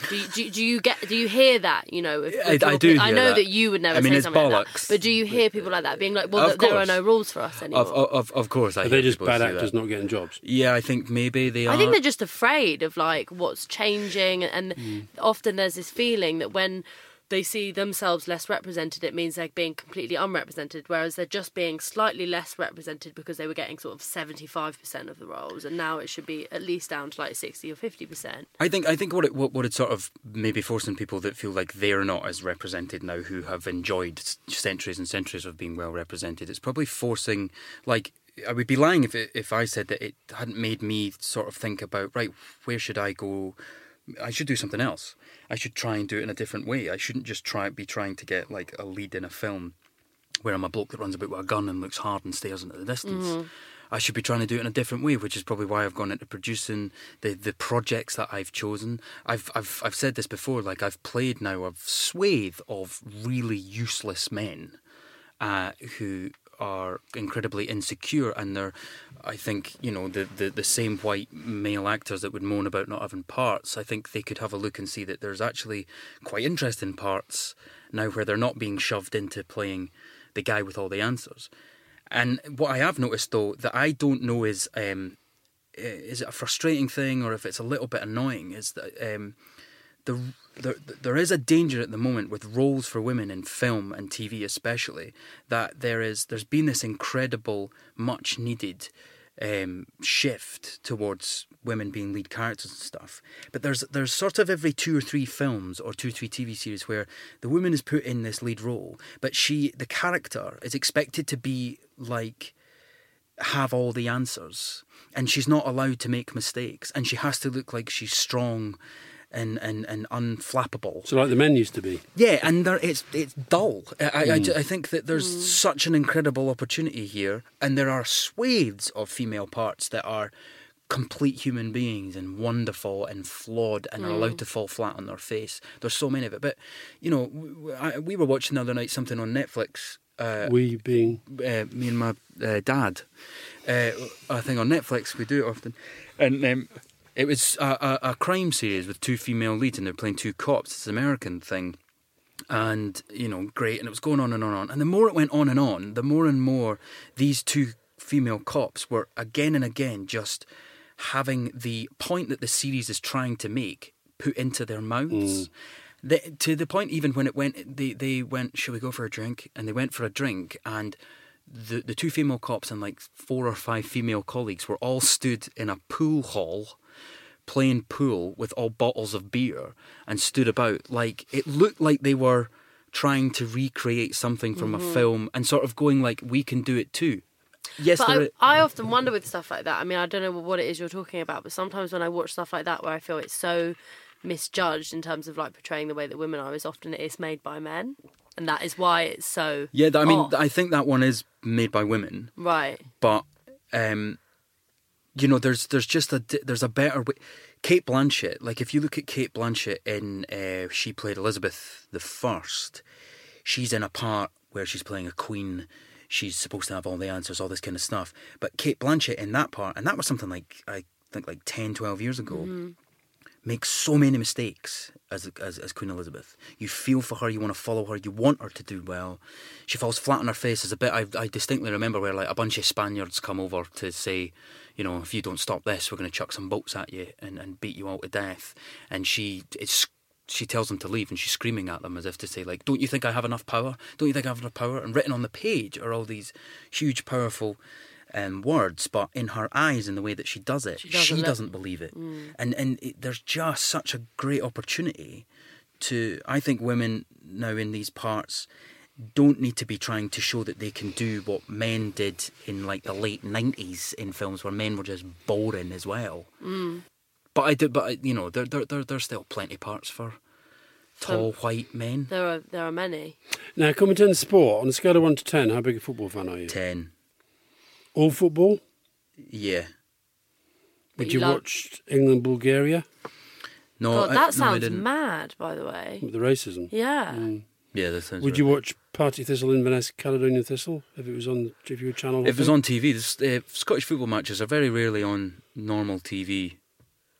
[SPEAKER 2] Do you, do, you- do you get? Do you hear that? You know, if,
[SPEAKER 5] I-
[SPEAKER 2] if
[SPEAKER 5] I
[SPEAKER 2] you're-
[SPEAKER 5] do
[SPEAKER 2] I
[SPEAKER 5] hear
[SPEAKER 2] know
[SPEAKER 5] that.
[SPEAKER 2] that, you would never
[SPEAKER 5] I mean,
[SPEAKER 2] say
[SPEAKER 5] it's
[SPEAKER 2] something like
[SPEAKER 5] bollocks.
[SPEAKER 2] that. But do you hear people like that being like, "Well,
[SPEAKER 5] Of
[SPEAKER 2] th- there are
[SPEAKER 5] course.
[SPEAKER 2] no rules for us anymore"?
[SPEAKER 5] Of, of, of course, I
[SPEAKER 3] Are
[SPEAKER 5] hear
[SPEAKER 3] they just
[SPEAKER 5] people
[SPEAKER 3] bad
[SPEAKER 5] say that.
[SPEAKER 3] actors not getting jobs?
[SPEAKER 5] Yeah, I think maybe they are.
[SPEAKER 2] I think they're just afraid of like what's changing, and
[SPEAKER 5] Mm.
[SPEAKER 2] often there's this feeling that when they see themselves less represented, it means they're being completely unrepresented, whereas they're just being slightly less represented because they were getting sort of seventy-five percent of the roles, and now it should be at least down to like sixty or fifty percent.
[SPEAKER 5] I think I think what it what, what it's sort of maybe forcing people that feel like they're not as represented now, who have enjoyed s- centuries and centuries of being well represented. It's probably forcing like I would be lying if it, if I said that it hadn't made me sort of think about right where should I go. I should do something else. I should try and do it in a different way. I shouldn't just try be trying to get like a lead in a film where I'm a bloke that runs about with a gun and looks hard and stares into the distance. I should be trying to do it in a different way, which is probably why I've gone into producing the the projects that I've chosen. I've I've I've said this before, like I've played now a swathe of really useless men uh, who are incredibly insecure and they're I think, you know, the, the, the same white male actors that would moan about not having parts, I think they could have a look and see that there's actually quite interesting parts now where they're not being shoved into playing the guy with all the answers. And what I have noticed though that I don't know is um, i- is it a frustrating thing or if it's a little bit annoying is that um, the, there there is a danger at the moment with roles for women in film and TV especially that there is there's been this incredible much needed um, shift towards women being lead characters and stuff but there's there's sort of every two or three films or two or three TV series where the woman is put in this lead role but she the character is expected to be like have all the answers and she's not allowed to make mistakes and she has to look like she's strong and, and, and unflappable.
[SPEAKER 3] So like the men used to be.
[SPEAKER 5] Yeah, and there, it's it's dull. I, I- I ju- I think that there's such an incredible opportunity here, and there are swathes of female parts that are complete human beings and wonderful and flawed and are allowed to fall flat on their face. There's so many of it, but you know, w- w- I- we were watching the other night something on Netflix. Uh,
[SPEAKER 3] we being
[SPEAKER 5] uh, me and my uh, dad uh, a thing on Netflix. We do it often, and um, it was a, a, a crime series with two female leads, and they're playing two cops. It's an American thing, and you know, great. And it was going on and on and on. And the more it went on and on, the more and more these two female cops were again and again just having the point that the series is trying to make put into their mouths. The, to the point, even when it went, they, they went, Shall we go for a drink? And they went for a drink, and the, the two female cops and like four or five female colleagues were all stood in a pool hall playing pool with all bottles of beer and stood about like it looked like they were trying to recreate something from
[SPEAKER 2] Mm-hmm.
[SPEAKER 5] a film and sort of going like we can do it too yes
[SPEAKER 2] But
[SPEAKER 5] there
[SPEAKER 2] I,
[SPEAKER 5] is-
[SPEAKER 2] I often wonder with stuff like that. I mean, I don't know what it is you're talking about, but sometimes when I watch stuff like that, where I feel it's so misjudged in terms of like portraying the way that women are, is often it's made by men, and that is why it's so.
[SPEAKER 5] yeah th- i mean
[SPEAKER 2] off.
[SPEAKER 5] i think that one is made by women
[SPEAKER 2] right.
[SPEAKER 5] but um, you know, there's there's just a di- there's a better way. Kate Blanchett, like if you look at Kate Blanchett in uh, she played Elizabeth the First, she's in a part where she's playing a queen. She's supposed to have all the answers, all this kind of stuff. But Kate Blanchett in that part, and that was something like I think like 10, 12 years ago makes so many mistakes as, as as Queen Elizabeth. You feel for her, you want to follow her, you want her to do well. She falls flat on her face. There's a bit I, I distinctly remember where like a bunch of Spaniards come over to say, you know, if you don't stop this, we're going to chuck some bolts at you and, and beat you all to death. And she it's she tells them to leave and she's screaming at them as if to say like don't you think i have enough power don't you think i have enough power and written on the page are all these huge powerful um, words but in her eyes and the way that she does it she
[SPEAKER 2] doesn't
[SPEAKER 5] doesn't,
[SPEAKER 2] let-
[SPEAKER 5] believe it
[SPEAKER 2] Mm.
[SPEAKER 5] and and it, there's just such a great opportunity to i think women now in these parts don't need to be trying to show that they can do what men did in like the late 90s in films where men were just boring
[SPEAKER 2] Mm.
[SPEAKER 5] as well but I do. But I- you know, there, there, there, there's still plenty parts for Tall white men.
[SPEAKER 2] There are there are many.
[SPEAKER 3] Now, coming to sport, on a scale of 1 to 10, how big a football fan are you?
[SPEAKER 5] Ten.
[SPEAKER 3] All football?
[SPEAKER 5] Yeah.
[SPEAKER 3] Would
[SPEAKER 2] you
[SPEAKER 3] you,
[SPEAKER 2] love-
[SPEAKER 3] watch England Bulgaria?
[SPEAKER 5] No,
[SPEAKER 2] God,
[SPEAKER 5] Oh,
[SPEAKER 2] that
[SPEAKER 5] I- no, I
[SPEAKER 2] sounds
[SPEAKER 5] didn't. Mm,
[SPEAKER 2] mad, by the way.
[SPEAKER 3] With the racism? Mm.
[SPEAKER 2] Yeah.
[SPEAKER 5] Yeah, that sounds.
[SPEAKER 3] Would
[SPEAKER 5] right.
[SPEAKER 3] you watch Party Thistle Inverness Caledonian Thistle if it was on if you were channel?
[SPEAKER 5] If it was on TV, this, uh, Scottish football matches are very rarely on normal TV.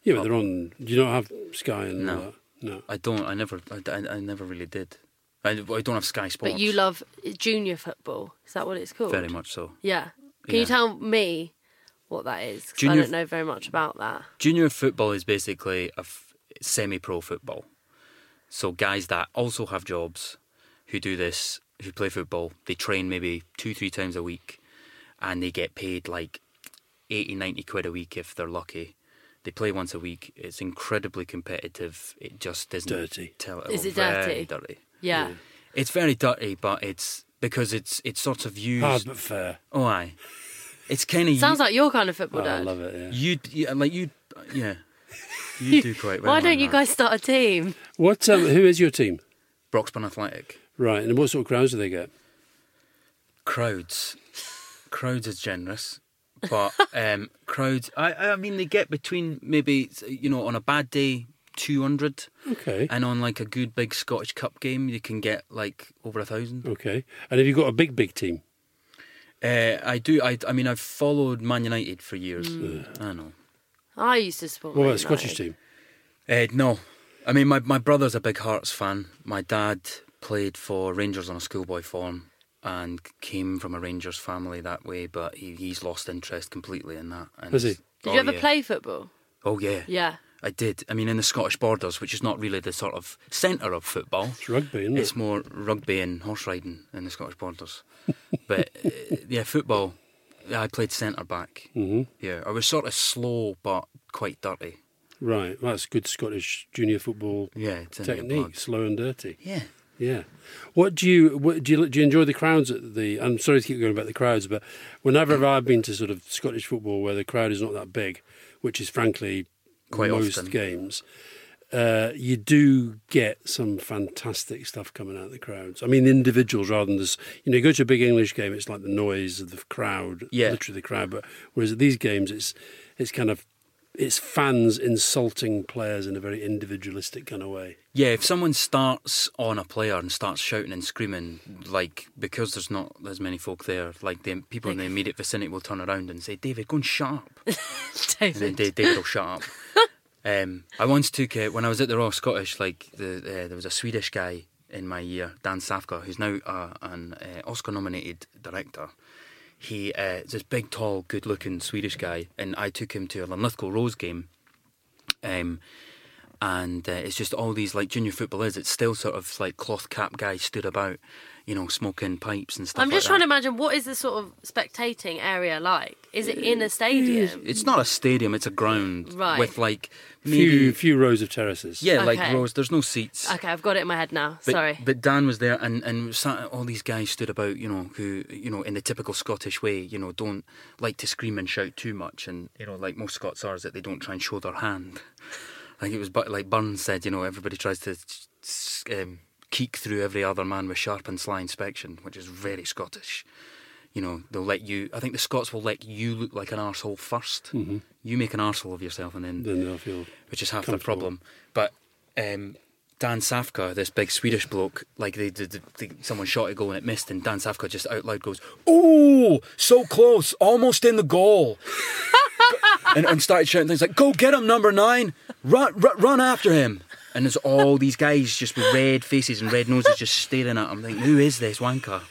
[SPEAKER 3] yeah, but they're on. You don't have Sky and all
[SPEAKER 5] No.
[SPEAKER 3] that. No,
[SPEAKER 5] I don't. I never. I, I, I never really did. I, I don't have Sky Sports.
[SPEAKER 2] But you love eh, junior football. Is that what it's called?
[SPEAKER 5] very much so.
[SPEAKER 2] Yeah. Can
[SPEAKER 5] Yeah.
[SPEAKER 2] you tell me what that is? 'Cause I
[SPEAKER 5] Junior
[SPEAKER 2] don't know very much about that.
[SPEAKER 5] Junior football is basically a f- semi-pro football. So guys that also have jobs, who do this, who play football, they train maybe two, three times a week, and they get paid like 80, 90 quid a week if they're lucky. They play once a week. It's incredibly competitive. It just isn't
[SPEAKER 3] Dirty.
[SPEAKER 5] Tell, oh,
[SPEAKER 2] Is it dirty?
[SPEAKER 5] very Dirty.
[SPEAKER 2] Yeah.
[SPEAKER 5] It's very dirty, but it's because it's it's sort of used.
[SPEAKER 3] hard but fair.
[SPEAKER 5] Oh, aye. It's kind of
[SPEAKER 2] Sounds like your kind of football,
[SPEAKER 3] Oh, I
[SPEAKER 2] Dad.
[SPEAKER 3] love it. Yeah.
[SPEAKER 5] you. Yeah, like you. Yeah. You do quite well.
[SPEAKER 2] Why
[SPEAKER 5] on
[SPEAKER 2] don't you
[SPEAKER 5] that.
[SPEAKER 2] guys start a team?
[SPEAKER 3] What? Um, who is your team?
[SPEAKER 5] Broxburn Athletic
[SPEAKER 3] Right, and what sort of crowds do they get?
[SPEAKER 5] crowds. Crowds is generous, but um, crowds. I I mean they get between maybe you know on a bad day two hundred,
[SPEAKER 3] Okay.
[SPEAKER 5] and on like a good big Scottish Cup game you can get like over a thousand.
[SPEAKER 3] Okay. And have you got a big, big team?
[SPEAKER 5] Uh, I do. I I mean I've followed Man United for years.
[SPEAKER 2] Mm.
[SPEAKER 5] I know.
[SPEAKER 2] I used to support.
[SPEAKER 3] What about
[SPEAKER 2] Man
[SPEAKER 3] a Scottish
[SPEAKER 2] United.
[SPEAKER 3] team?
[SPEAKER 5] Uh, no, I mean my my brother's a big Hearts fan. My dad played for Rangers on a schoolboy form and came from a Rangers family that way, but he, he's lost interest completely in that. And
[SPEAKER 3] Has he?
[SPEAKER 5] it's-
[SPEAKER 2] Did
[SPEAKER 5] oh,
[SPEAKER 2] you ever
[SPEAKER 5] yeah.
[SPEAKER 2] play football?
[SPEAKER 5] Oh yeah.
[SPEAKER 2] Yeah.
[SPEAKER 5] I did. I mean, in the Scottish Borders, which is not really the sort of centre of football.
[SPEAKER 3] It's rugby, isn't
[SPEAKER 5] It's
[SPEAKER 3] it?
[SPEAKER 5] more rugby and horse riding in the Scottish Borders. but uh, yeah, football. I played centre back.
[SPEAKER 3] Mhm.
[SPEAKER 5] Yeah, I was sort of slow but quite dirty.
[SPEAKER 3] Right. Well, that's good Scottish junior football
[SPEAKER 5] Yeah, it's in your blood.
[SPEAKER 3] technique. Slow and dirty.
[SPEAKER 5] Yeah.
[SPEAKER 3] Yeah. What do you what do you do you enjoy the crowds at the I'm sorry to keep going about the crowds, but whenever I've been to sort of Scottish football where the crowd is not that big, which is frankly
[SPEAKER 5] Quite
[SPEAKER 3] most
[SPEAKER 5] often.
[SPEAKER 3] games, uh, you do get some fantastic stuff coming out of the crowds. I mean the individuals rather than this you know, you go to a big English game, it's like the noise of the crowd,
[SPEAKER 5] Yeah.
[SPEAKER 3] literally the crowd, but whereas at these games it's it's kind of it's fans insulting players in a very individualistic kind of way.
[SPEAKER 5] Yeah, if someone starts on a player and starts shouting and screaming, like because there's not as many folk there, like the people in the immediate vicinity will turn around and say, "David, go and shut up," and then Da- David will shut up. Um, I once took uh, when I was at the Royal Scottish, like the, uh, there was a Swedish guy in my year, Dan Safka, who's now uh, an uh, Oscar-nominated director. He uh, is this big, tall, good-looking Swedish guy, and I took him to a Linlithgow Rose game. Um, and uh, it's just all these like junior football is. It's still sort of like cloth cap guys stood about, you know, smoking pipes and stuff.
[SPEAKER 2] I'm just
[SPEAKER 5] like
[SPEAKER 2] trying to imagine what is the sort of spectating area like? Is it in a stadium?
[SPEAKER 5] to. It's not a stadium; it's a ground
[SPEAKER 2] Right.
[SPEAKER 5] with like maybe
[SPEAKER 3] Few few rows of terraces.
[SPEAKER 5] yeah, like
[SPEAKER 2] Okay.
[SPEAKER 5] rows. There's no seats.
[SPEAKER 2] Okay, I've got it in my head now.
[SPEAKER 5] But,
[SPEAKER 2] Sorry.
[SPEAKER 5] but Dan was there, and and sat, all these guys stood about, you know, who you know, in the typical Scottish way, you know, don't like to scream and shout too much, and you know, like most Scots are, is that they don't try and show their hand. Like it was, but like Burns said, you know, everybody tries to s- s- um, keek through every other man with sharp and sly inspection, which is very Scottish. You know, they'll let you. I think the Scots will let you look like an arsehole 1st Mm-hmm. You make an arsehole of yourself, and then
[SPEAKER 3] Then they'll feel
[SPEAKER 5] which is half the
[SPEAKER 3] Comfortable.
[SPEAKER 5] problem. But um, Dan Safka, this big Swedish bloke, like they, they, they, someone shot a goal and it missed, and Dan Safka just out loud goes, "Oh, so close, almost in the goal." and, and started shouting things like, "Go get him, number nine! Run, run, run after him!" And there's all these guys just with red faces and red noses just staring at him, thinking, "Who is this wanker?"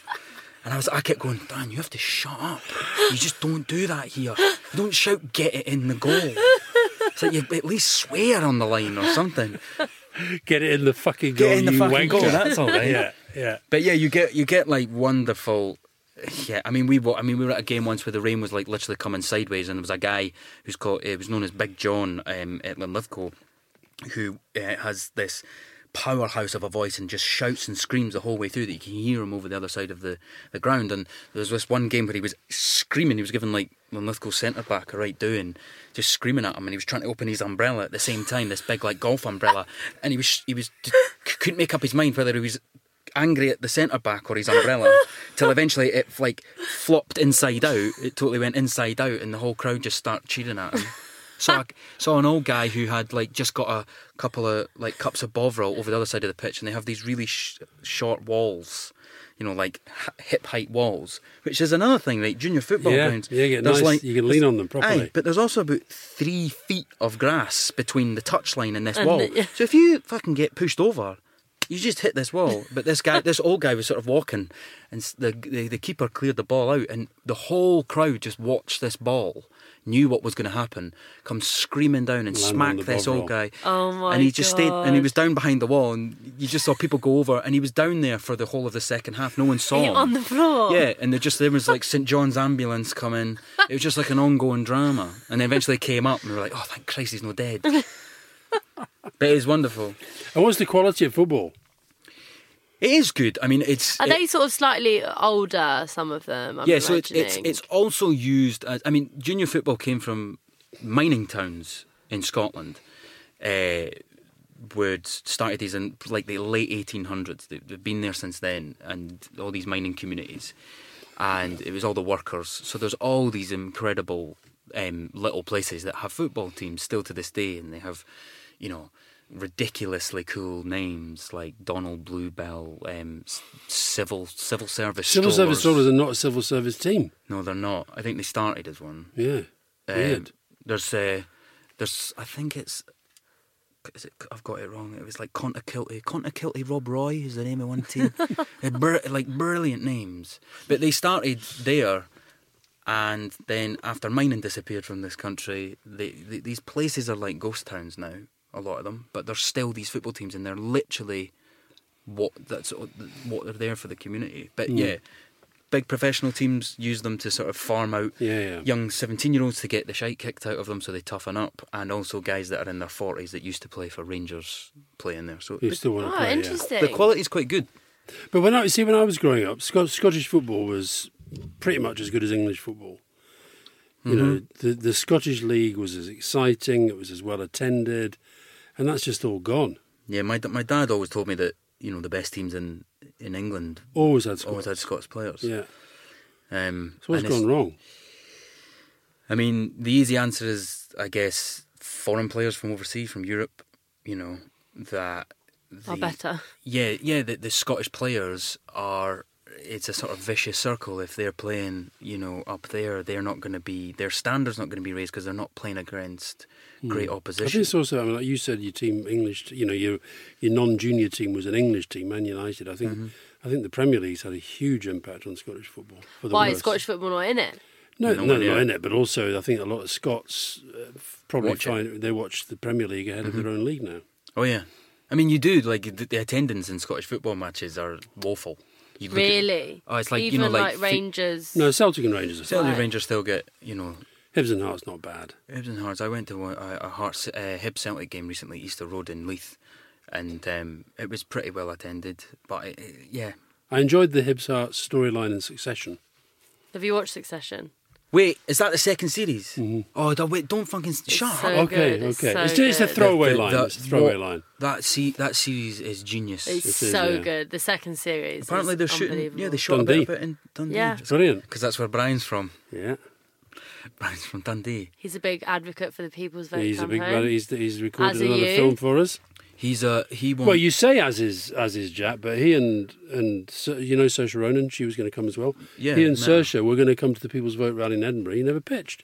[SPEAKER 5] And I was, I kept going, Dan, you have to shut up. You just don't do that here. You don't shout, get it in the goal. It's like you at least swear on the line or something.
[SPEAKER 3] Get it in the fucking goal.
[SPEAKER 5] Get in the
[SPEAKER 3] you
[SPEAKER 5] fucking goal.
[SPEAKER 3] wanker.
[SPEAKER 5] That's all right.
[SPEAKER 3] yeah, yeah.
[SPEAKER 5] But yeah, you get you get like wonderful. Yeah, I mean we were I mean we were at a game once where the rain was like literally coming sideways, and there was a guy who's called it was known as Big John um, at Linlithgow, who uh, has this powerhouse of a voice and just shouts and screams the whole way through that you can hear him over the other side of the, the ground. And there was this one game where he was screaming, he was given like Linlithgow centre back a right doing, just screaming at him, and he was trying to open his umbrella at the same time, this big like golf umbrella, and he was he was just, c- couldn't make up his mind whether he was angry at the centre back or his umbrella till eventually it like flopped inside out. It totally went inside out, and the whole crowd just start cheering at him. Saw a, saw an old guy who had like just got a couple of like cups of Bovril over the other side of the pitch, and they have these really sh- short walls. You know, like h- hip height walls, which is another thing, like junior football
[SPEAKER 3] Yeah,
[SPEAKER 5] grounds.
[SPEAKER 3] yeah, you get
[SPEAKER 5] there's,
[SPEAKER 3] nice- you can lean on them properly.
[SPEAKER 5] Aye, but there's also about three feet of grass between the touchline and this
[SPEAKER 2] And
[SPEAKER 5] wall.
[SPEAKER 2] the- yeah.
[SPEAKER 5] So if you fucking get pushed over, you just hit this wall. But this guy, this old guy, was sort of walking, and s- the, the the keeper cleared the ball out, and the whole crowd just watched this ball, knew what was going to happen, come screaming down and
[SPEAKER 3] Land on
[SPEAKER 5] smack
[SPEAKER 3] the
[SPEAKER 5] this
[SPEAKER 3] Bovril.
[SPEAKER 5] old guy.
[SPEAKER 2] Oh my
[SPEAKER 5] And he just stayed, and he
[SPEAKER 2] God.
[SPEAKER 5] was down behind the wall, and you just saw people go over, and he was down there for the whole of the second half. No one saw him
[SPEAKER 2] on the floor.
[SPEAKER 5] yeah, and there just there was like St John's ambulance coming. It was just like an ongoing drama, and then eventually came up, and we were like, "Oh, thank Christ, he's not dead." but it is wonderful.
[SPEAKER 3] And what's the quality of football?
[SPEAKER 5] It is good. I mean, it's
[SPEAKER 2] Are
[SPEAKER 5] it-
[SPEAKER 2] they sort of slightly older? Some of them. I'm
[SPEAKER 5] yeah. So it's it's
[SPEAKER 2] imagining?
[SPEAKER 5] it's also used as I mean, junior football came from mining towns in Scotland. Uh, where it started these in like the late 1800s. They- They've been there since then, and all these mining communities, and it was all the workers. So there's all these incredible um, little places that have football teams still to this day, and they have, you know, ridiculously cool names like Donald Bluebell, um, s- civil civil service
[SPEAKER 3] Civil service
[SPEAKER 5] strollers.
[SPEAKER 3] soldiers are not a civil service team.
[SPEAKER 5] No, they're not. I think they started as one.
[SPEAKER 3] Yeah.
[SPEAKER 5] Uh,
[SPEAKER 3] Weird.
[SPEAKER 5] There's, uh, there's. I think it's. Is it, I've got it wrong. It was like Contakilty. Contakilty Rob Roy is the name of one team. They're br- like brilliant names, but they started there, and then after mining disappeared from this country, they, they, these places are like ghost towns now. A lot of them, but there's still these football teams, and they're literally what that's what they're there for the community. But
[SPEAKER 3] Hmm.
[SPEAKER 5] yeah, big professional teams use them to sort of farm out
[SPEAKER 3] Yeah, yeah.
[SPEAKER 5] young 17 year olds to get the shite kicked out of them so they toughen up, and also guys that are in their 40s that used to play for Rangers play in there. So
[SPEAKER 3] You
[SPEAKER 5] but
[SPEAKER 3] still want to
[SPEAKER 2] Oh,
[SPEAKER 3] play. yeah.
[SPEAKER 2] interesting.
[SPEAKER 5] the quality's quite good.
[SPEAKER 3] But when I see when I was growing up, Sco- Scottish football was pretty much as good as English football. You know, the the Scottish league was as exciting. It was as well attended, and that's just all gone.
[SPEAKER 5] Yeah, my d- my dad always told me that you know the best teams in in England
[SPEAKER 3] Always had Scottish.
[SPEAKER 5] always had Scots players.
[SPEAKER 3] Yeah.
[SPEAKER 5] Um,
[SPEAKER 3] So what's
[SPEAKER 5] and it's-
[SPEAKER 3] gone wrong?
[SPEAKER 5] I mean, the easy answer is, I guess, foreign players from overseas, from Europe. You know that.
[SPEAKER 2] Are
[SPEAKER 5] the-
[SPEAKER 2] better.
[SPEAKER 5] Yeah, yeah. The, the Scottish players are. It's a sort of vicious circle. If they're playing, you know, up there, they're not going to be. Their standards not going to be raised because they're not playing against great
[SPEAKER 3] I
[SPEAKER 5] opposition.
[SPEAKER 3] think it's also, I mean, like you said, your team English. You know, your your non-junior team was an English team, Man United. I
[SPEAKER 5] Mm-hmm.
[SPEAKER 3] think I think the Premier League's had a huge impact on Scottish football. For the
[SPEAKER 2] Why
[SPEAKER 3] worse.
[SPEAKER 2] is Scottish football not in it?
[SPEAKER 3] No,
[SPEAKER 5] No
[SPEAKER 3] no,
[SPEAKER 5] idea.
[SPEAKER 3] not in it. But also, I think a lot of Scots uh, f- probably
[SPEAKER 5] Watch it. Mm-hmm.
[SPEAKER 3] find they watch the Premier League ahead of their own league now.
[SPEAKER 5] Oh yeah, I mean, you do like the, the attendance in Scottish football matches are woeful. You look at-
[SPEAKER 2] Really?
[SPEAKER 5] oh, it's like
[SPEAKER 2] even
[SPEAKER 5] you know,
[SPEAKER 2] like,
[SPEAKER 5] like, fi-
[SPEAKER 2] Rangers.
[SPEAKER 3] No, Celtic and Rangers. Are
[SPEAKER 5] Celtic
[SPEAKER 2] Right.
[SPEAKER 5] Rangers still get you know
[SPEAKER 3] Hibs and Hearts not bad.
[SPEAKER 5] Hibs and Hearts. I went to one- a, a Hearts uh, Hibs Celtic game recently, Easter Road in Leith, and um, it was pretty well attended. But it, it- yeah,
[SPEAKER 3] I enjoyed the Hibs Hearts storyline in Succession.
[SPEAKER 2] Have you watched Succession?
[SPEAKER 5] wait, is that the second series?
[SPEAKER 3] Mm-hmm.
[SPEAKER 5] Oh, don't, wait, don't fucking
[SPEAKER 2] It's uh,
[SPEAKER 5] shut
[SPEAKER 2] so
[SPEAKER 5] up.
[SPEAKER 3] okay,
[SPEAKER 2] good,
[SPEAKER 3] okay,
[SPEAKER 2] It's,
[SPEAKER 3] it's,
[SPEAKER 2] so
[SPEAKER 3] it's a
[SPEAKER 2] good.
[SPEAKER 3] throwaway
[SPEAKER 5] The-
[SPEAKER 3] line.
[SPEAKER 5] the-
[SPEAKER 3] it's a throwaway
[SPEAKER 5] what-
[SPEAKER 3] line.
[SPEAKER 5] That se- that series is genius.
[SPEAKER 2] It's
[SPEAKER 3] It is,
[SPEAKER 2] so
[SPEAKER 3] yeah.
[SPEAKER 2] good. The second series.
[SPEAKER 5] Apparently
[SPEAKER 2] is
[SPEAKER 5] they're shooting. Yeah,
[SPEAKER 2] unbelievable.
[SPEAKER 5] they shot a
[SPEAKER 3] Dundee.
[SPEAKER 5] bit of it in Dundee.
[SPEAKER 2] Yeah.
[SPEAKER 3] Brilliant.
[SPEAKER 5] because that's where Brian's from.
[SPEAKER 3] Yeah,
[SPEAKER 5] Brian's from Dundee.
[SPEAKER 2] He's a big advocate for the people's vote.
[SPEAKER 3] he's a big.
[SPEAKER 2] campaign.
[SPEAKER 3] He's he's recorded
[SPEAKER 2] As are
[SPEAKER 3] another
[SPEAKER 2] you.
[SPEAKER 3] film for us.
[SPEAKER 5] He's a he won.
[SPEAKER 3] Well, you say as is as is Jack, but he and and Sir- you know Saoirse Ronan, she was going to come as well.
[SPEAKER 5] Yeah,
[SPEAKER 3] he and
[SPEAKER 5] no.
[SPEAKER 3] Saoirse were going to come to the People's Vote rally in Edinburgh. He never pitched.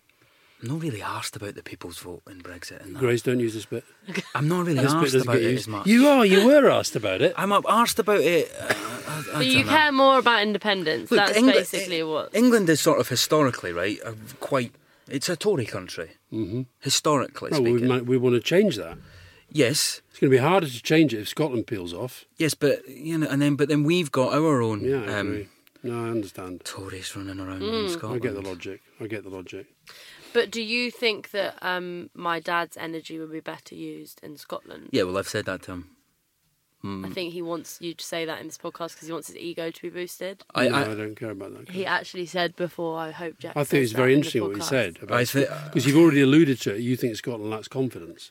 [SPEAKER 5] I'm not really arsed about the people's vote in Brexit. And that.
[SPEAKER 3] Grace, don't use this bit.
[SPEAKER 5] I'm not really
[SPEAKER 3] This bit
[SPEAKER 5] arsed
[SPEAKER 3] doesn't
[SPEAKER 5] about
[SPEAKER 3] get
[SPEAKER 5] it
[SPEAKER 3] used.
[SPEAKER 5] as much.
[SPEAKER 3] You are. You were asked about it.
[SPEAKER 5] I'm up arsed about it. uh, I- I- I
[SPEAKER 2] But you
[SPEAKER 5] dunno.
[SPEAKER 2] care more about independence.
[SPEAKER 5] Look,
[SPEAKER 2] That's
[SPEAKER 5] Engla-
[SPEAKER 2] basically
[SPEAKER 5] eh,
[SPEAKER 2] what.
[SPEAKER 5] England is sort of historically right. A quite, it's a Tory country. Mm-hmm. Historically
[SPEAKER 3] Well, we
[SPEAKER 5] speaking,
[SPEAKER 3] might, we want to change that.
[SPEAKER 5] yes,
[SPEAKER 3] It's going to be harder to change it if Scotland peels off.
[SPEAKER 5] yes, but you know, and then but then we've got our own um,
[SPEAKER 3] Yeah, I agree. No, I understand.
[SPEAKER 5] Tories running around
[SPEAKER 2] Hmm.
[SPEAKER 5] in
[SPEAKER 3] I
[SPEAKER 5] Scotland.
[SPEAKER 3] get the logic. I get the logic.
[SPEAKER 2] But do you think that um, my dad's energy would be better used in Scotland?
[SPEAKER 5] Yeah, well, I've said that to him.
[SPEAKER 2] I think he wants you to say that in this podcast because he wants his ego to be boosted.
[SPEAKER 5] I,
[SPEAKER 3] no, I,
[SPEAKER 5] I,
[SPEAKER 3] don't care about that.
[SPEAKER 2] He actually said before, I hope Jack.
[SPEAKER 3] I think it's very interesting what he said
[SPEAKER 5] I
[SPEAKER 3] about
[SPEAKER 5] thi-
[SPEAKER 3] because you've already alluded to it. You think Scotland lacks confidence.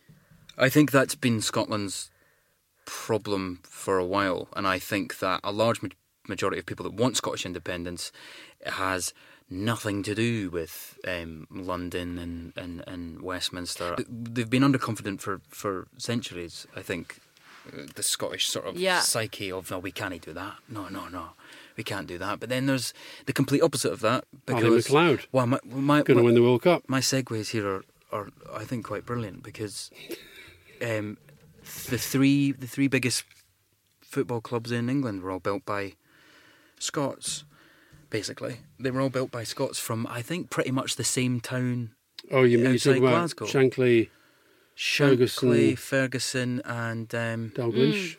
[SPEAKER 5] I think that's been Scotland's problem for a while, and I think that a large ma- majority of people that want Scottish independence has nothing to do with um, London and, and, and Westminster. They've been underconfident for, for centuries, I think. Uh, The Scottish sort of
[SPEAKER 2] Yeah.
[SPEAKER 5] psyche of, no, we can't do that. No, no, no. We can't do that. But then there's the complete opposite of that.
[SPEAKER 3] Ally
[SPEAKER 5] Because,
[SPEAKER 3] MacLeod.
[SPEAKER 5] Well, my, my,
[SPEAKER 3] Going to
[SPEAKER 5] my-
[SPEAKER 3] win the World Cup.
[SPEAKER 5] my segues here are, are I think quite brilliant because um, the three the three biggest football clubs in England were all built by Scots. Basically, they were all built by Scots from I think pretty much the same town.
[SPEAKER 3] Oh, you mean you said
[SPEAKER 5] Outside
[SPEAKER 3] about
[SPEAKER 5] Glasgow.
[SPEAKER 3] Shankly,
[SPEAKER 5] Shankly, Ferguson, and um,
[SPEAKER 3] Dalglish,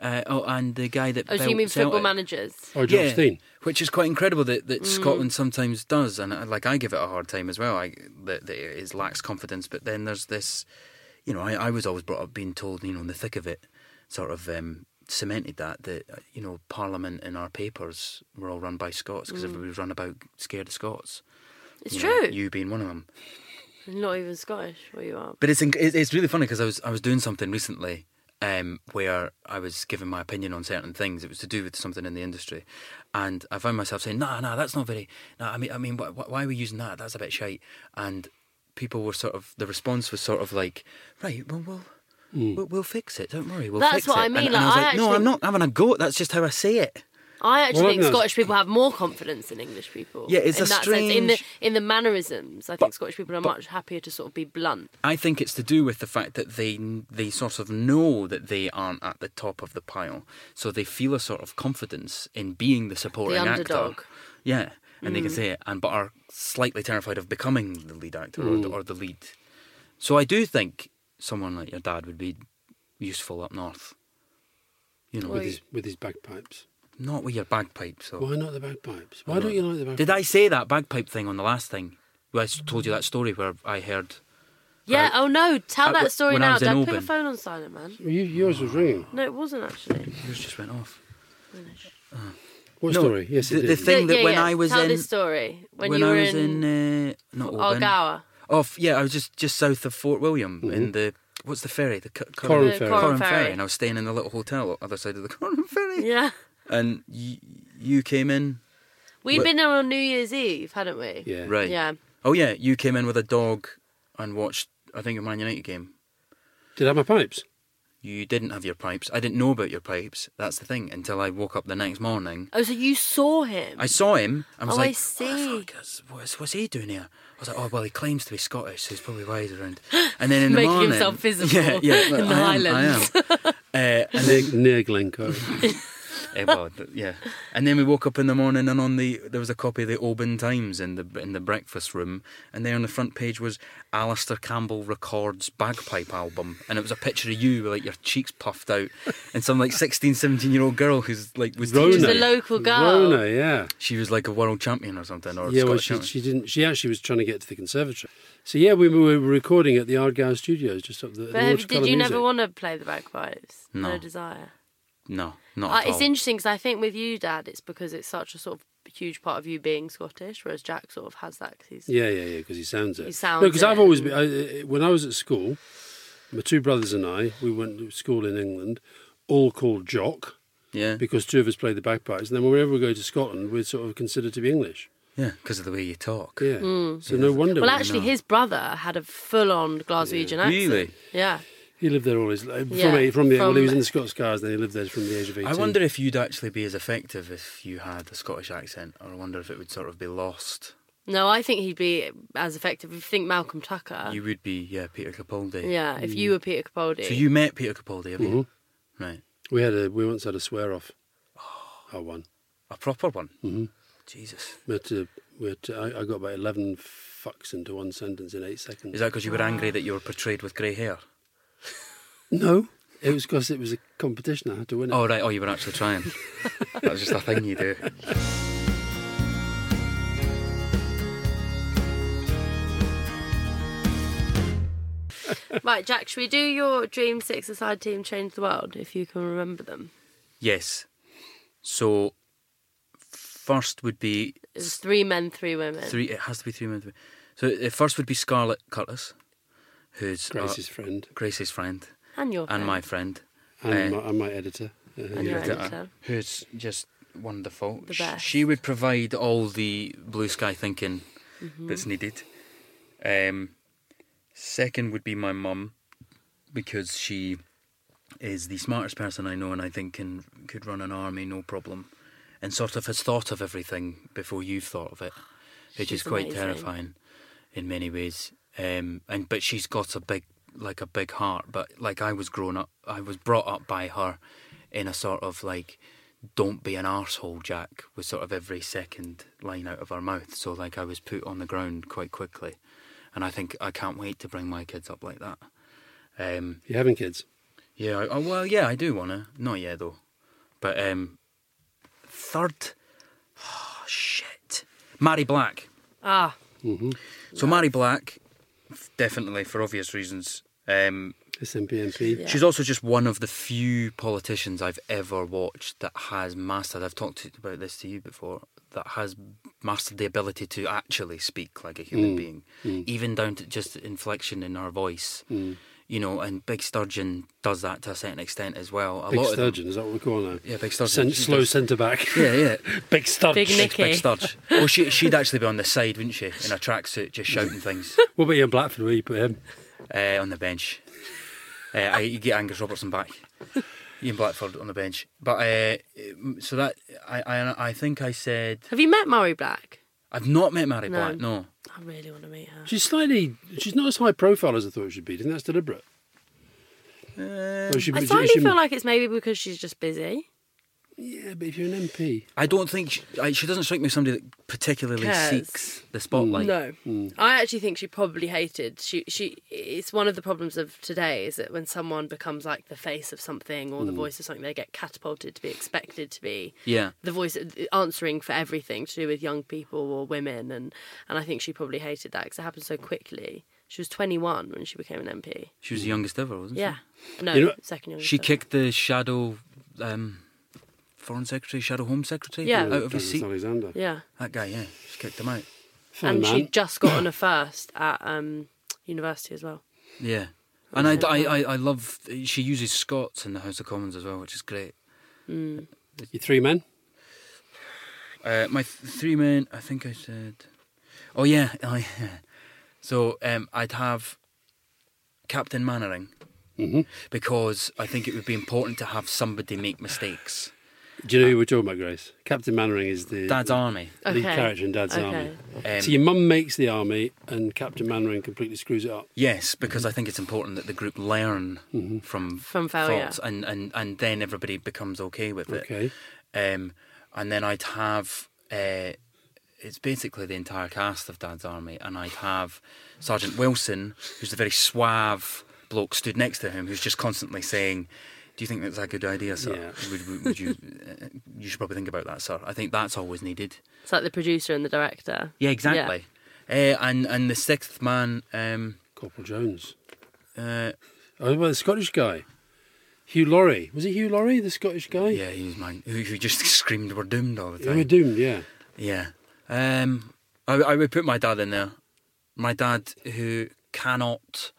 [SPEAKER 5] uh, oh, and the guy that
[SPEAKER 2] Oh, so
[SPEAKER 5] built
[SPEAKER 2] you mean football
[SPEAKER 5] Celtic.
[SPEAKER 2] managers?
[SPEAKER 3] or Jock Stein?
[SPEAKER 5] which is quite incredible that,
[SPEAKER 2] Mm.
[SPEAKER 5] that Scotland sometimes does, and I, like I give it a hard time as well. I that, that it is lacks confidence, but then there's this, you know, I, I was always brought up being told, you know, in the thick of it, sort of um, cemented that that uh, you know Parliament and our papers were all run by Scots because everybody was run about scared of Scots.
[SPEAKER 2] Mm. It's
[SPEAKER 5] you know,
[SPEAKER 2] true.
[SPEAKER 5] you being one of them.
[SPEAKER 2] You're Not even Scottish. Well, you are.
[SPEAKER 5] But it's inc- it- it's really funny because I was I was doing something recently um, where I was giving my opinion on certain things. It was to do with something in the industry, and I found myself saying, "Nah, nah, that's not very. Nah, I mean, I mean, wh- wh- why are we using that? That's a bit shite." And people were sort of the response was sort of like, "Right, well, we'll we'll, we'll fix it. Don't worry, we'll
[SPEAKER 2] That's
[SPEAKER 5] fix
[SPEAKER 2] what
[SPEAKER 5] it."
[SPEAKER 2] I mean,
[SPEAKER 5] And, and I was
[SPEAKER 2] like, I
[SPEAKER 5] like, "No,
[SPEAKER 2] actually-
[SPEAKER 5] I'm not having a go. at That's just how I say it."
[SPEAKER 2] I actually
[SPEAKER 3] Well, I
[SPEAKER 2] think
[SPEAKER 3] know.
[SPEAKER 2] Scottish people have more confidence than English people.
[SPEAKER 5] Yeah, it's
[SPEAKER 2] in
[SPEAKER 5] a
[SPEAKER 2] that sense. In the
[SPEAKER 5] strange-
[SPEAKER 2] in the mannerisms, I think Scottish people are much happier to sort of be blunt.
[SPEAKER 5] I think it's to do with the fact that they they sort of know that they aren't at the top of the pile, so they feel a sort of confidence in being the supporting
[SPEAKER 2] underdog.
[SPEAKER 5] actor. Yeah, and they can say it, and but are slightly terrified of becoming the lead actor or, the, or the lead. So I do think someone like your dad would be useful up north. You know,
[SPEAKER 2] Well,
[SPEAKER 5] with his,
[SPEAKER 3] with his bagpipes.
[SPEAKER 5] not with your bagpipes. Though.
[SPEAKER 3] Why not the bagpipes? Why don't you like the bagpipes?
[SPEAKER 5] Did I say that bagpipe thing on the last thing? Where I s- told you that story where I heard.
[SPEAKER 2] Yeah. Oh no! Tell
[SPEAKER 5] Uh,
[SPEAKER 2] that
[SPEAKER 5] wh-
[SPEAKER 2] story
[SPEAKER 5] when I
[SPEAKER 2] now,
[SPEAKER 5] was in
[SPEAKER 2] Dad. Put your
[SPEAKER 5] Auburn.
[SPEAKER 2] phone on silent, man.
[SPEAKER 3] Well, you, yours was ringing.
[SPEAKER 2] No, it wasn't actually.
[SPEAKER 5] Yours just went off.
[SPEAKER 3] What
[SPEAKER 5] No,
[SPEAKER 3] story? Yes, it
[SPEAKER 5] the- the
[SPEAKER 3] did.
[SPEAKER 5] thing that
[SPEAKER 2] yeah,
[SPEAKER 5] when
[SPEAKER 2] yeah.
[SPEAKER 5] I was
[SPEAKER 2] tell
[SPEAKER 5] in-
[SPEAKER 2] this story when,
[SPEAKER 5] when
[SPEAKER 2] you
[SPEAKER 5] I
[SPEAKER 2] were
[SPEAKER 5] was in, uh, not Oban.
[SPEAKER 2] Algoa.
[SPEAKER 5] Off, yeah, I was just just south of Fort William in the what's the ferry, the Cor- Cor-
[SPEAKER 3] Corran
[SPEAKER 2] The
[SPEAKER 3] Mm-hmm. ferry.
[SPEAKER 2] Corran
[SPEAKER 5] Corran
[SPEAKER 2] ferry.
[SPEAKER 5] and I was staying in the little hotel other side of the Corran ferry.
[SPEAKER 2] Yeah.
[SPEAKER 5] And you, you came in,
[SPEAKER 2] We'd
[SPEAKER 5] Wh-
[SPEAKER 2] been there on New Year's Eve, hadn't we?
[SPEAKER 3] Yeah.
[SPEAKER 5] right?
[SPEAKER 2] Yeah.
[SPEAKER 5] Oh yeah, you came in with a dog and watched. I think a Man United game.
[SPEAKER 3] Did I have my pipes?
[SPEAKER 5] You didn't have your pipes. I didn't know about your pipes. That's the thing. Until I woke up the next morning,
[SPEAKER 2] Oh, so you saw him?
[SPEAKER 5] I saw him. I was
[SPEAKER 2] Oh, I
[SPEAKER 5] like,
[SPEAKER 2] see.
[SPEAKER 5] What the fuck is, what's, what's he doing here? I was like, oh well, he claims to be Scottish, so he's probably wise around. And then in the
[SPEAKER 2] Making
[SPEAKER 5] morning,
[SPEAKER 2] himself visible
[SPEAKER 5] yeah, yeah,
[SPEAKER 2] in the
[SPEAKER 5] I
[SPEAKER 2] Highlands.
[SPEAKER 5] Am, I am. Uh, and
[SPEAKER 3] Near, near Glencoe.
[SPEAKER 5] Eh, well, th- yeah. And then we woke up in the morning, and on the there was a copy of the Oban Times in the in the breakfast room, and there on the front page was Alistair Campbell records bagpipe album, and it was a picture of you with like your cheeks puffed out, and some like 16, 17 year old girl who's like was
[SPEAKER 3] Rona.
[SPEAKER 2] She was
[SPEAKER 5] teaching
[SPEAKER 2] the
[SPEAKER 5] you.
[SPEAKER 2] local girl.
[SPEAKER 3] Rona, yeah.
[SPEAKER 5] she was like a world champion or something, or
[SPEAKER 3] Yeah, well,
[SPEAKER 5] Scottish
[SPEAKER 3] she,
[SPEAKER 5] champion.
[SPEAKER 3] she didn't. She actually was trying to get to the conservatory. So yeah, we were recording at the Ardgow Studios, just up the.
[SPEAKER 2] But
[SPEAKER 3] the
[SPEAKER 2] have-
[SPEAKER 3] Watercolour
[SPEAKER 2] did you never
[SPEAKER 3] Music.
[SPEAKER 2] want to play the bagpipes?
[SPEAKER 5] No.
[SPEAKER 2] desire.
[SPEAKER 5] No, not
[SPEAKER 2] Uh,
[SPEAKER 5] at
[SPEAKER 2] it's
[SPEAKER 5] all.
[SPEAKER 2] interesting because I think with you, Dad, it's because it's such a sort of huge part of you being Scottish, whereas Jack sort of has that 'cause he's
[SPEAKER 3] Yeah, yeah, yeah, because he sounds it.
[SPEAKER 2] He sounds
[SPEAKER 3] No, because I've
[SPEAKER 2] it.
[SPEAKER 3] always been. I, uh, when I was at school, my two brothers and I, we went to school in England, all called Jock,
[SPEAKER 5] yeah,
[SPEAKER 3] because two of us played the bagpipes. And then whenever we go to Scotland, we're sort of considered to be English.
[SPEAKER 5] yeah, because of the way you talk.
[SPEAKER 3] Yeah. So no wonder.
[SPEAKER 2] Mm. Well,
[SPEAKER 3] we-
[SPEAKER 2] actually, his brother had a full-on Glaswegian accent.
[SPEAKER 5] Really?
[SPEAKER 2] Yeah.
[SPEAKER 3] he lived there all his life. From,
[SPEAKER 2] Yeah,
[SPEAKER 3] a- from the well, he was
[SPEAKER 2] from-
[SPEAKER 3] in the Scots Guards. Then he lived there from the age of eighteen.
[SPEAKER 5] I wonder if you'd actually be as effective if you had a Scottish accent, or I wonder if it would sort of be lost.
[SPEAKER 2] No, I think he'd be as effective. If you think Malcolm Tucker.
[SPEAKER 5] You would be, yeah, Peter Capaldi.
[SPEAKER 2] Uh. yeah, if you were Peter Capaldi.
[SPEAKER 5] So you met Peter Capaldi, have you? Right.
[SPEAKER 3] we had a we once had a swear off. I won,
[SPEAKER 5] A proper one? Mm-hmm. Jesus.
[SPEAKER 3] but uh, we had to, I, I got about eleven fucks into one sentence in eight seconds.
[SPEAKER 5] Is that because you were
[SPEAKER 2] Ah.
[SPEAKER 5] angry that you were portrayed with grey hair?
[SPEAKER 3] no? It was because it was a competition. I had to win it.
[SPEAKER 5] Oh, right. Oh, you were actually trying. that was just a thing you do.
[SPEAKER 2] Right, Jack, should we do your dream six aside team change the world if you can remember them?
[SPEAKER 5] Yes. So, first would be
[SPEAKER 2] It was three men, three women.
[SPEAKER 5] three. It has to be three men. So the first would be Scarlett Curtis, who's uh,
[SPEAKER 3] Grace's friend
[SPEAKER 5] Grace's friend
[SPEAKER 2] And your
[SPEAKER 5] and
[SPEAKER 2] friend.
[SPEAKER 5] my friend,
[SPEAKER 3] and,
[SPEAKER 5] uh,
[SPEAKER 3] my, and my editor. Uh,
[SPEAKER 2] And your
[SPEAKER 3] yeah.
[SPEAKER 5] Editor,
[SPEAKER 2] editor.
[SPEAKER 5] who's just wonderful.
[SPEAKER 2] The
[SPEAKER 5] Sh-
[SPEAKER 2] best.
[SPEAKER 5] She would provide all the blue sky thinking
[SPEAKER 2] Mm-hmm.
[SPEAKER 5] that's needed. Um, second would be my mum, because she is the smartest person I know, and I think can could run an army no problem, and sort of has thought of everything before you've thought of it, which
[SPEAKER 2] She's
[SPEAKER 5] is quite
[SPEAKER 2] amazing.
[SPEAKER 5] terrifying in many ways. Um, and but she's got a big like a big heart. But like I was grown up, I was brought up by her in a sort of like don't be an arsehole jack was sort of every second line out of her mouth so like i was put on the ground quite quickly and i think i can't wait to bring my kids up like that um
[SPEAKER 3] You having kids?
[SPEAKER 5] yeah, I, oh, well, yeah, I do wanna. Not yet though. But um, third, oh, shit, Mary Black.
[SPEAKER 2] Ah,
[SPEAKER 5] So Mary Black, f- definitely for obvious reasons. Um,
[SPEAKER 3] SMPMP.
[SPEAKER 2] Yeah.
[SPEAKER 5] She's also just one of the few politicians I've ever watched that has mastered. I've talked to, about this to you before. That has mastered the ability to actually speak like a human being, even down to just inflection in her voice. You know, and Big Sturgeon does that to a certain extent as well. A
[SPEAKER 3] Big
[SPEAKER 5] lot of them-
[SPEAKER 3] Sturgeon, is that what we call her now?
[SPEAKER 5] yeah, Big Sturge.
[SPEAKER 3] Cent-
[SPEAKER 5] She
[SPEAKER 3] slow
[SPEAKER 5] does-
[SPEAKER 3] centre back.
[SPEAKER 5] Yeah, yeah.
[SPEAKER 3] Big Sturgeon.
[SPEAKER 2] Big Nick.
[SPEAKER 5] Big Sturge. Well, she, she'd actually be on the side, wouldn't she? In a tracksuit, just shouting things
[SPEAKER 3] What about Ian Blackford? Where you put um, him?
[SPEAKER 5] uh, on the bench. Uh, I, you get Angus Robertson back. Ian Blackford on the bench. But uh, so that, I, I, I think I said,
[SPEAKER 2] have you met Murray Black?
[SPEAKER 5] I've not met Mary
[SPEAKER 2] No.
[SPEAKER 5] Black, no.
[SPEAKER 2] I really want to meet her.
[SPEAKER 3] She's slightly. She's not as high profile as I thought she would be. Do you think that's deliberate?
[SPEAKER 5] Um,
[SPEAKER 3] Or she-
[SPEAKER 2] I
[SPEAKER 3] she-
[SPEAKER 2] slightly
[SPEAKER 3] she-
[SPEAKER 2] feel like it's maybe because she's just busy.
[SPEAKER 3] Yeah, but if you're an MP,
[SPEAKER 5] I don't think, she, I, she doesn't strike me as somebody that particularly
[SPEAKER 2] Cares.
[SPEAKER 5] seeks the spotlight.
[SPEAKER 2] no,
[SPEAKER 3] Mm.
[SPEAKER 2] I actually think she probably hated. She she. It's one of the problems of today is that when someone becomes like the face of something or the
[SPEAKER 3] Mm.
[SPEAKER 2] voice of something, they get catapulted to be expected to be
[SPEAKER 5] Yeah.
[SPEAKER 2] the voice answering for everything to do with young people or women, and and I think she probably hated that because it happened so quickly. She was 21 when she became an MP.
[SPEAKER 5] She was the youngest ever, wasn't
[SPEAKER 2] Yeah, no,
[SPEAKER 3] You know-
[SPEAKER 2] second youngest.
[SPEAKER 5] she? She
[SPEAKER 2] ever.
[SPEAKER 5] kicked the shadow um, foreign secretary, shadow home secretary
[SPEAKER 2] Yeah.
[SPEAKER 5] out of his
[SPEAKER 3] Douglas
[SPEAKER 5] seat.
[SPEAKER 3] Alexander.
[SPEAKER 2] Yeah,
[SPEAKER 5] That guy, yeah, she kicked him out.
[SPEAKER 3] Fine
[SPEAKER 2] and
[SPEAKER 3] Oh, man.
[SPEAKER 2] she just got on a first at um, university as well.
[SPEAKER 5] Yeah, and I, I, I, I love. She uses Scots in the House of Commons as well, which is great.
[SPEAKER 3] You three men.
[SPEAKER 5] Uh, my th- three men, I think I said. Oh yeah, I, so um, I'd have Captain Mannering because I think it would be important to have somebody make mistakes.
[SPEAKER 3] Do you know who we're talking about, Grace? Captain Mannering is the
[SPEAKER 5] Dad's army.
[SPEAKER 3] lead
[SPEAKER 2] Okay.
[SPEAKER 3] character in Dad's
[SPEAKER 2] Okay.
[SPEAKER 3] Army.
[SPEAKER 5] Um,
[SPEAKER 3] so your mum makes the army, and Captain Mannering completely screws it up.
[SPEAKER 5] Yes, because I think it's important that the group learn from
[SPEAKER 2] From failure.
[SPEAKER 5] faults, and, and and then everybody becomes okay with
[SPEAKER 3] Okay.
[SPEAKER 5] it. Um, and then I'd have uh, it's basically the entire cast of Dad's Army, and I'd have Sergeant Wilson, who's the very suave bloke stood next to him, who's just constantly saying. Do you think that's a good idea, sir?
[SPEAKER 3] Yeah.
[SPEAKER 5] Would, would, would you? Uh, you should probably think about that, sir. I think that's always needed.
[SPEAKER 2] It's like the producer and the director.
[SPEAKER 5] Yeah, exactly. Uh, and and the sixth man, um,
[SPEAKER 3] Corporal Jones.
[SPEAKER 5] uh,
[SPEAKER 3] Oh, well, the Scottish guy. Hugh Laurie. Was it Hugh Laurie, the Scottish guy?
[SPEAKER 5] Yeah, he was mine. Who, who just screamed, "We're doomed" all the
[SPEAKER 3] They were
[SPEAKER 5] time.
[SPEAKER 3] doomed, yeah.
[SPEAKER 5] Yeah. Um, I, I would put my dad in there. My dad, who cannot,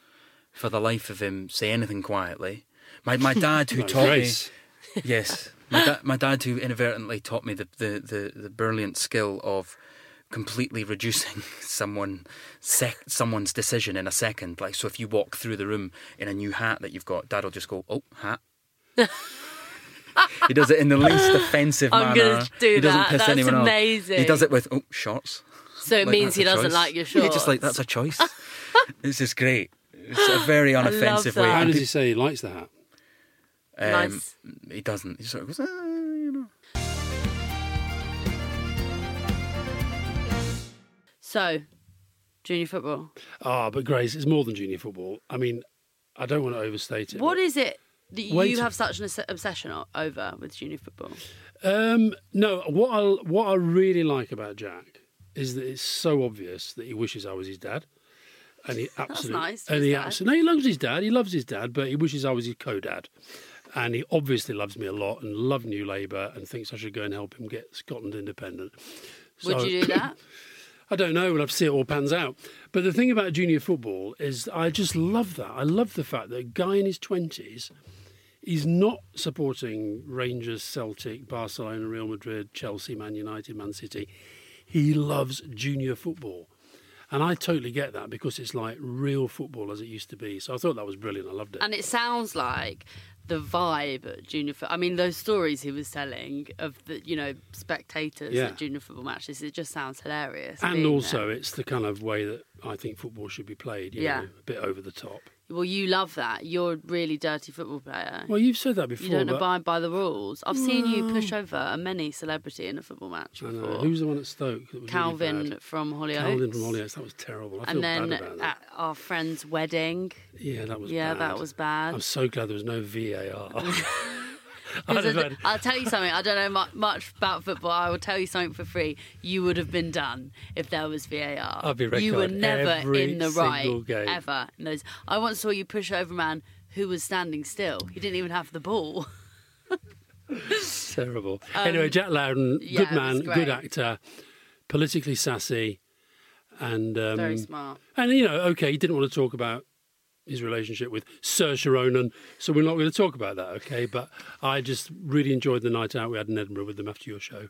[SPEAKER 5] for the life of him, say anything quietly. My my dad, who
[SPEAKER 3] Like
[SPEAKER 5] taught
[SPEAKER 3] Grace.
[SPEAKER 5] me. Yes, my dad. My dad, who inadvertently taught me the the the, the brilliant skill of completely reducing someone sec- someone's decision in a second like so if you walk through the room in a new hat that you've got dad'll just go oh hat he does it in the least offensive
[SPEAKER 2] I'm
[SPEAKER 5] manner
[SPEAKER 2] gonna do
[SPEAKER 5] he doesn't
[SPEAKER 2] that.
[SPEAKER 5] piss
[SPEAKER 2] That's
[SPEAKER 5] anyone off. he
[SPEAKER 2] amazing.
[SPEAKER 5] does it with oh shorts
[SPEAKER 2] So it
[SPEAKER 5] like,
[SPEAKER 2] means
[SPEAKER 5] that's
[SPEAKER 2] he
[SPEAKER 5] a
[SPEAKER 2] doesn't
[SPEAKER 5] choice.
[SPEAKER 2] like your shorts.
[SPEAKER 5] Yeah, just like that's a choice. it's just great. It's a very unoffensive way.
[SPEAKER 2] that.
[SPEAKER 3] How
[SPEAKER 5] And
[SPEAKER 3] does he say he likes the hat?
[SPEAKER 5] pe-
[SPEAKER 2] Nice.
[SPEAKER 5] He doesn't. He sort of goes, "Ah," you know.
[SPEAKER 7] So, junior football.
[SPEAKER 3] Ah, but Grace, it's more than junior football. I mean, I don't want to overstate it.
[SPEAKER 7] What is it that
[SPEAKER 3] Wait.
[SPEAKER 7] you have such an obs- obsession o- over with junior football?
[SPEAKER 3] Um, no, what I what I really like about Jack is that it's so obvious that he wishes I was his dad, and he absolutely
[SPEAKER 2] nice for
[SPEAKER 3] and
[SPEAKER 2] his
[SPEAKER 3] he
[SPEAKER 2] dad.
[SPEAKER 3] absolutely no, he loves his dad. He loves his dad, but he wishes I was his co-dad. And he obviously loves me a lot and loved New Labour and thinks I should go and help him get Scotland independent.
[SPEAKER 2] Would
[SPEAKER 3] So-
[SPEAKER 2] you do that?
[SPEAKER 3] I don't know. We'll have to see it all pans out. But the thing about junior football is, I just love that. I love the fact that a guy in his twenties, he's not supporting Rangers, Celtic, Barcelona, Real Madrid, Chelsea, Man United, Man City. He loves junior football, and I totally get that because it's like real football as it used to be. So I thought that was brilliant. I loved it.
[SPEAKER 2] And it sounds like the vibe at junior. fo- I mean, those stories he was telling of the you know spectators
[SPEAKER 3] Yeah.
[SPEAKER 2] at junior football matches. It just sounds hilarious.
[SPEAKER 3] And
[SPEAKER 2] being
[SPEAKER 3] also,
[SPEAKER 2] there.
[SPEAKER 3] it's the kind of way that I think football should be played. You
[SPEAKER 2] Yeah.
[SPEAKER 3] know, a bit over the top.
[SPEAKER 2] well, you love that. You're a really dirty football player.
[SPEAKER 3] Well, you've said that before.
[SPEAKER 2] you don't
[SPEAKER 3] but
[SPEAKER 2] abide by the rules. I've seen you push over a many celebrity in a football match
[SPEAKER 3] I
[SPEAKER 2] before.
[SPEAKER 3] know. Who's the one at Stoke? That was really
[SPEAKER 2] Calvin
[SPEAKER 3] bad?
[SPEAKER 2] from Hollyoaks.
[SPEAKER 3] Calvin from Hollyoaks. That was terrible. I feel
[SPEAKER 2] And then
[SPEAKER 3] bad about that.
[SPEAKER 2] at our friend's wedding,
[SPEAKER 3] yeah, that was.
[SPEAKER 2] yeah,
[SPEAKER 3] bad.
[SPEAKER 2] that was bad.
[SPEAKER 3] I'm so glad there was no VAR.
[SPEAKER 2] Because
[SPEAKER 3] I'd have
[SPEAKER 2] I
[SPEAKER 3] had-
[SPEAKER 2] will tell you something. I don't know much, much about football. I will tell you something for free. You would have been done if there was VAR.
[SPEAKER 3] I'd be
[SPEAKER 2] You were
[SPEAKER 3] record
[SPEAKER 2] never
[SPEAKER 3] every
[SPEAKER 2] in the
[SPEAKER 3] single
[SPEAKER 2] right
[SPEAKER 3] game.
[SPEAKER 2] ever. in those. I once saw you push over a man who was standing still. He didn't even have the ball.
[SPEAKER 3] terrible. anyway, Jack Loudon,
[SPEAKER 2] Um, yeah, it
[SPEAKER 3] good man,
[SPEAKER 2] was
[SPEAKER 3] good
[SPEAKER 2] great.
[SPEAKER 3] actor, politically sassy, and um,
[SPEAKER 2] Very smart.
[SPEAKER 3] And you know, okay, he didn't want to talk about his relationship with Sir Sharonan, so we're not going to talk about that, okay? But I just really enjoyed the night out we had in Edinburgh with them after your show.